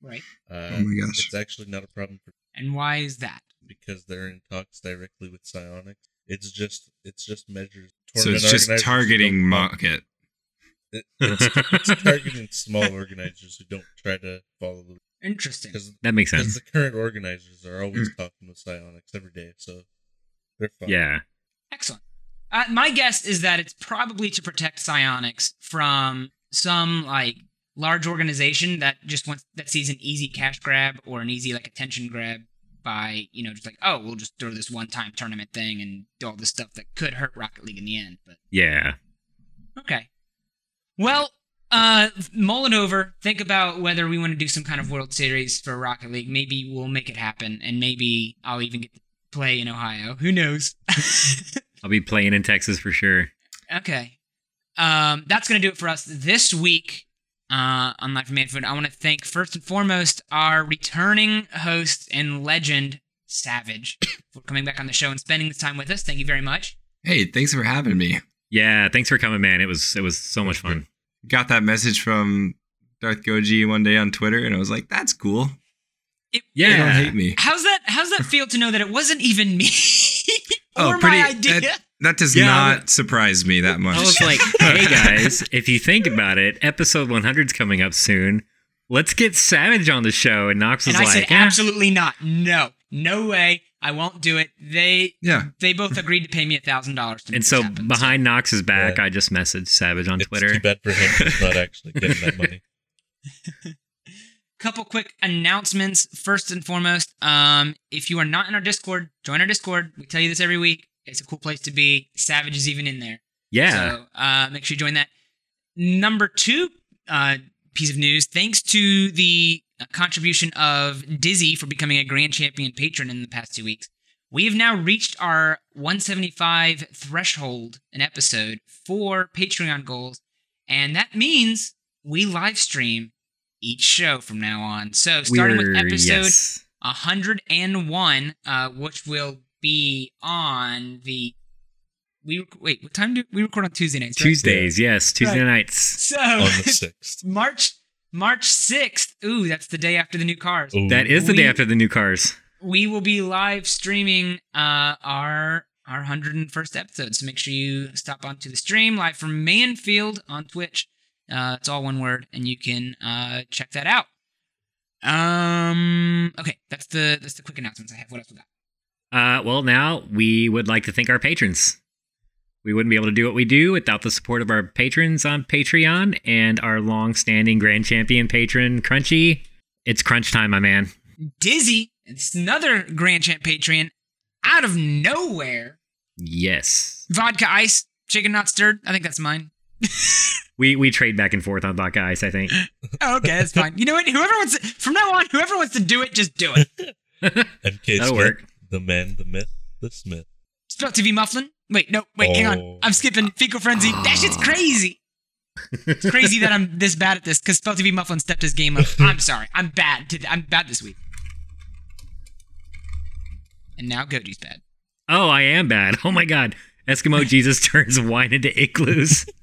[SPEAKER 2] right.
[SPEAKER 5] Uh,
[SPEAKER 3] Oh my gosh.
[SPEAKER 5] It's actually not a problem for
[SPEAKER 2] And why is that?
[SPEAKER 5] because they're in talks directly with Psionic. It's just it's just measures.
[SPEAKER 3] So it's
[SPEAKER 5] Tournament
[SPEAKER 3] just
[SPEAKER 5] organizers who
[SPEAKER 3] targeting
[SPEAKER 5] don't-
[SPEAKER 3] market.
[SPEAKER 5] It- it's, it's targeting small organizers who don't try to follow the
[SPEAKER 2] Interesting.
[SPEAKER 5] because
[SPEAKER 4] That makes
[SPEAKER 5] because
[SPEAKER 4] sense.
[SPEAKER 5] the current organizers are always talking with psionics every day, so they're fine.
[SPEAKER 4] Mm. Yeah.
[SPEAKER 2] Excellent. Uh, my guess is that it's probably to protect psionics from some like large organization that just wants that sees an easy cash grab or an easy like attention grab by you know just like oh we'll just throw this one time tournament thing and do all this stuff that could hurt Rocket League in the end. But
[SPEAKER 4] Yeah.
[SPEAKER 2] okay, well. Uh, mull it over. Think about whether we want to do some kind of World Series for Rocket League. Maybe we'll make it happen, and maybe I'll even get to play in Ohio. Who knows?
[SPEAKER 4] I'll be playing in Texas for sure.
[SPEAKER 2] Okay. Um, that's going to do it for us this week uh, on Life from Manhood. I want to thank first and foremost our returning host and legend, Savage, for coming back on the show and spending this time with us. Thank you very much.
[SPEAKER 3] Hey, thanks for having me.
[SPEAKER 4] Yeah, thanks for coming, man. It was it was so much fun.
[SPEAKER 3] Got that message from Darth Goji one day on Twitter, and I was like, "That's cool.
[SPEAKER 2] It,
[SPEAKER 4] Yeah.
[SPEAKER 3] They don't hate me."
[SPEAKER 2] How's that? How's that feel to know that it wasn't even me
[SPEAKER 3] Oh,
[SPEAKER 2] or
[SPEAKER 3] pretty-
[SPEAKER 2] my idea?
[SPEAKER 3] that- That does
[SPEAKER 4] Yeah, I
[SPEAKER 3] not surprise me that much.
[SPEAKER 4] I was like, hey guys, if you think about it, episode 100's coming up soon. Let's get Savage on the show. And Knox was
[SPEAKER 2] and I
[SPEAKER 4] like, eh.
[SPEAKER 2] said,
[SPEAKER 4] "Yeah."
[SPEAKER 2] absolutely not. No, no way. I won't do it. They
[SPEAKER 3] yeah,
[SPEAKER 2] they both agreed to pay me a thousand dollars to make
[SPEAKER 4] And
[SPEAKER 2] this
[SPEAKER 4] so
[SPEAKER 2] happen,
[SPEAKER 4] behind Knox's back,
[SPEAKER 5] Yeah.
[SPEAKER 4] I just messaged Savage on
[SPEAKER 5] It's
[SPEAKER 4] Twitter.
[SPEAKER 5] too bad for him he's not actually getting that money.
[SPEAKER 2] couple quick announcements first and foremost um, if you are not in our discord join our discord we tell you this every week it's a cool place to be savage is even in there
[SPEAKER 4] Yeah.
[SPEAKER 2] so uh, make sure you join that number two uh, piece of news thanks to the contribution of dizzy for becoming a grand champion patron in the past two weeks we have now reached our 175 threshold an episode for patreon goals and that means we live stream each show from now on so starting with
[SPEAKER 4] We're-
[SPEAKER 2] episode
[SPEAKER 4] yes.
[SPEAKER 2] 101, uh, which will be on the. We rec- wait. What time do we record on Tuesday nights? right?
[SPEAKER 4] Tuesdays, yes, Tuesday
[SPEAKER 2] Right.
[SPEAKER 4] nights.
[SPEAKER 5] On the
[SPEAKER 2] So
[SPEAKER 5] sixth.
[SPEAKER 2] March March sixth. Ooh, that's the day after the new cars.
[SPEAKER 5] Ooh.
[SPEAKER 4] That is the day
[SPEAKER 2] We-
[SPEAKER 4] after the new cars.
[SPEAKER 2] We will be live streaming uh, our our hundred and first episode. So make sure you stop onto the stream live from Manfield on Twitch. Uh, it's all one word, and you can uh, check that out. Um. Okay, that's the that's the quick announcements I have. What else we got?
[SPEAKER 4] Uh, well, now we would like to thank our patrons. We wouldn't be able to do what we do without the support of our patrons on Patreon and our long-standing grand champion patron, Crunchy. It's crunch time, my man.
[SPEAKER 2] Dizzy, it's another Grand Champ Patreon, out of nowhere.
[SPEAKER 4] Yes,
[SPEAKER 2] Vodka ice, chicken not stirred. I think that's mine.
[SPEAKER 4] we we trade back and forth on Vodka Ice. I think.
[SPEAKER 2] Oh, okay, that's fine. You know what? Whoever wants to, from now on, whoever wants to do it, just do it.
[SPEAKER 5] MK
[SPEAKER 4] That'll
[SPEAKER 5] Smith,
[SPEAKER 4] work.
[SPEAKER 5] the man, the myth, the Smith.
[SPEAKER 2] Spell TV Mufflin. Wait, no, wait, hang on.
[SPEAKER 5] Oh.
[SPEAKER 2] I'm skipping Fecal Frenzy. That shit's crazy. It's crazy that I'm this bad at this because Spell TV Mufflin stepped his game up. I'm sorry. I'm bad. To, I'm bad this week. And now Goji's bad.
[SPEAKER 4] Oh, I am bad. Oh my God, Eskimo Jesus turns wine into igloos.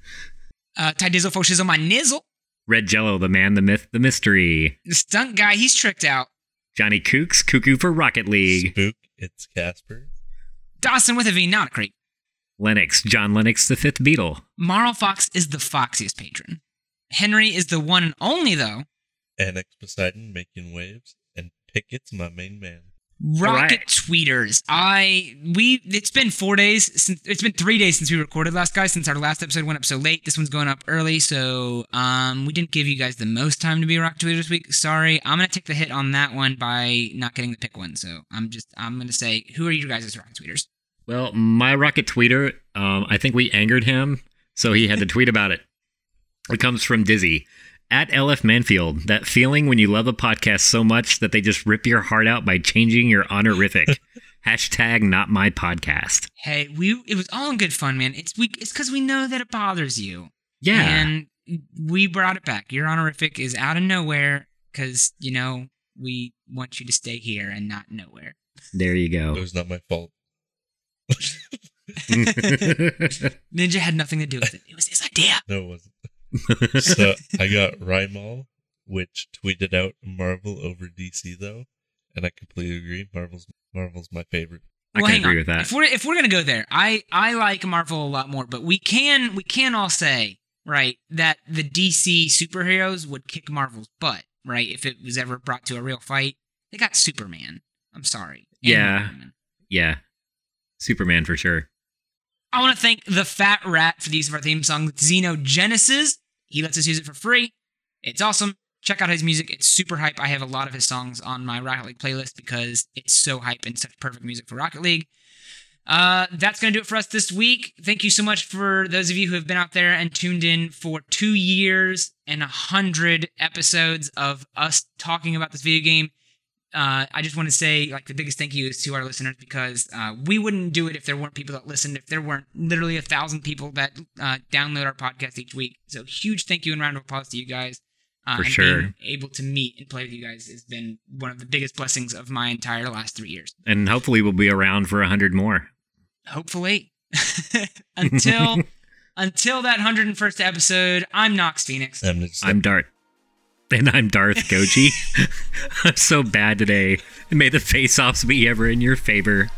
[SPEAKER 2] Uh, Ty Dizzle, Fo Shizzle, my nizzle.
[SPEAKER 4] Red Jello, the man, the myth, the mystery.
[SPEAKER 2] The stunt guy, he's tricked out.
[SPEAKER 4] Johnny Kooks, cuckoo for Rocket League.
[SPEAKER 5] Spook, it's Casper.
[SPEAKER 2] Dawson with a V, not a creep.
[SPEAKER 4] Lennox, John Lennox, the fifth Beatle.
[SPEAKER 2] Marl Fox is the foxiest patron. Henry is the one and only, though.
[SPEAKER 5] Annex Poseidon making waves. And Pickett's my main man.
[SPEAKER 2] Rocket
[SPEAKER 4] Right.
[SPEAKER 2] tweeters. I we it's been four days since it's been three days since we recorded last guys since our last episode went up so late. This one's going up early, so um we didn't give you guys the most time to be a rocket tweeter this week. Sorry, I'm gonna take the hit on that one by not getting the pick one. So I'm just I'm gonna say who are you guys as rocket tweeters?
[SPEAKER 4] Well, my rocket tweeter, um, I think we angered him, so he had to tweet about it. It comes from Dizzy at LF Manfield. That feeling when you love a podcast so much that they just rip your heart out by changing your honorific. Hashtag not my podcast.
[SPEAKER 2] Hey, we it was all in good fun, man. It's we it's because we know that it bothers you.
[SPEAKER 4] Yeah.
[SPEAKER 2] And we brought it back. Your honorific is out of nowhere because, you know, we want you to stay here and not nowhere.
[SPEAKER 4] there you
[SPEAKER 5] It
[SPEAKER 4] go.
[SPEAKER 5] was not my fault.
[SPEAKER 2] Ninja had nothing to do with it. It was his idea.
[SPEAKER 5] No, it wasn't. so I got Rymal, which tweeted out Marvel over DC, though. and I completely agree. Marvel's Marvel's my favorite.
[SPEAKER 4] I can
[SPEAKER 2] hang
[SPEAKER 4] agree
[SPEAKER 2] on.
[SPEAKER 4] with that.
[SPEAKER 2] If we're if we're gonna go there, I I like Marvel a lot more, but we can we can all say right that the DC superheroes would kick Marvel's butt, right? If it was ever brought to a real fight, they got Superman. I'm sorry. And
[SPEAKER 4] Yeah.
[SPEAKER 2] Wonder Woman.
[SPEAKER 4] Yeah. Superman for sure.
[SPEAKER 2] I want to thank the Fat Rat for the use of our theme song, Xenogenesis. He lets us use it for free. It's awesome. Check out his music. It's super hype. I have a lot of his songs on my Rocket League playlist because it's so hype and such perfect music for Rocket League. Uh, that's going to do it for us this week. Thank you so much for those of you who have been out there and tuned in for two years and a hundred episodes of us talking about this video game. Uh, I just want to say, like, the biggest thank you is to our listeners because uh, we wouldn't do it if there weren't people that listened, if there weren't literally a thousand people that uh, download our podcast each week. So, huge thank you and round of applause to you guys. Uh,
[SPEAKER 4] For
[SPEAKER 2] and
[SPEAKER 4] sure.
[SPEAKER 2] Being able to meet and play with you guys has been one of the biggest blessings of my entire last three years.
[SPEAKER 4] And hopefully we'll be around for a hundred more.
[SPEAKER 2] Hopefully. until until that 101st episode, I'm Knox Phoenix.
[SPEAKER 5] I'm just
[SPEAKER 4] I'm Darth. And I'm Darth Goji. I'm so bad today. And may the face offs be ever in your favor.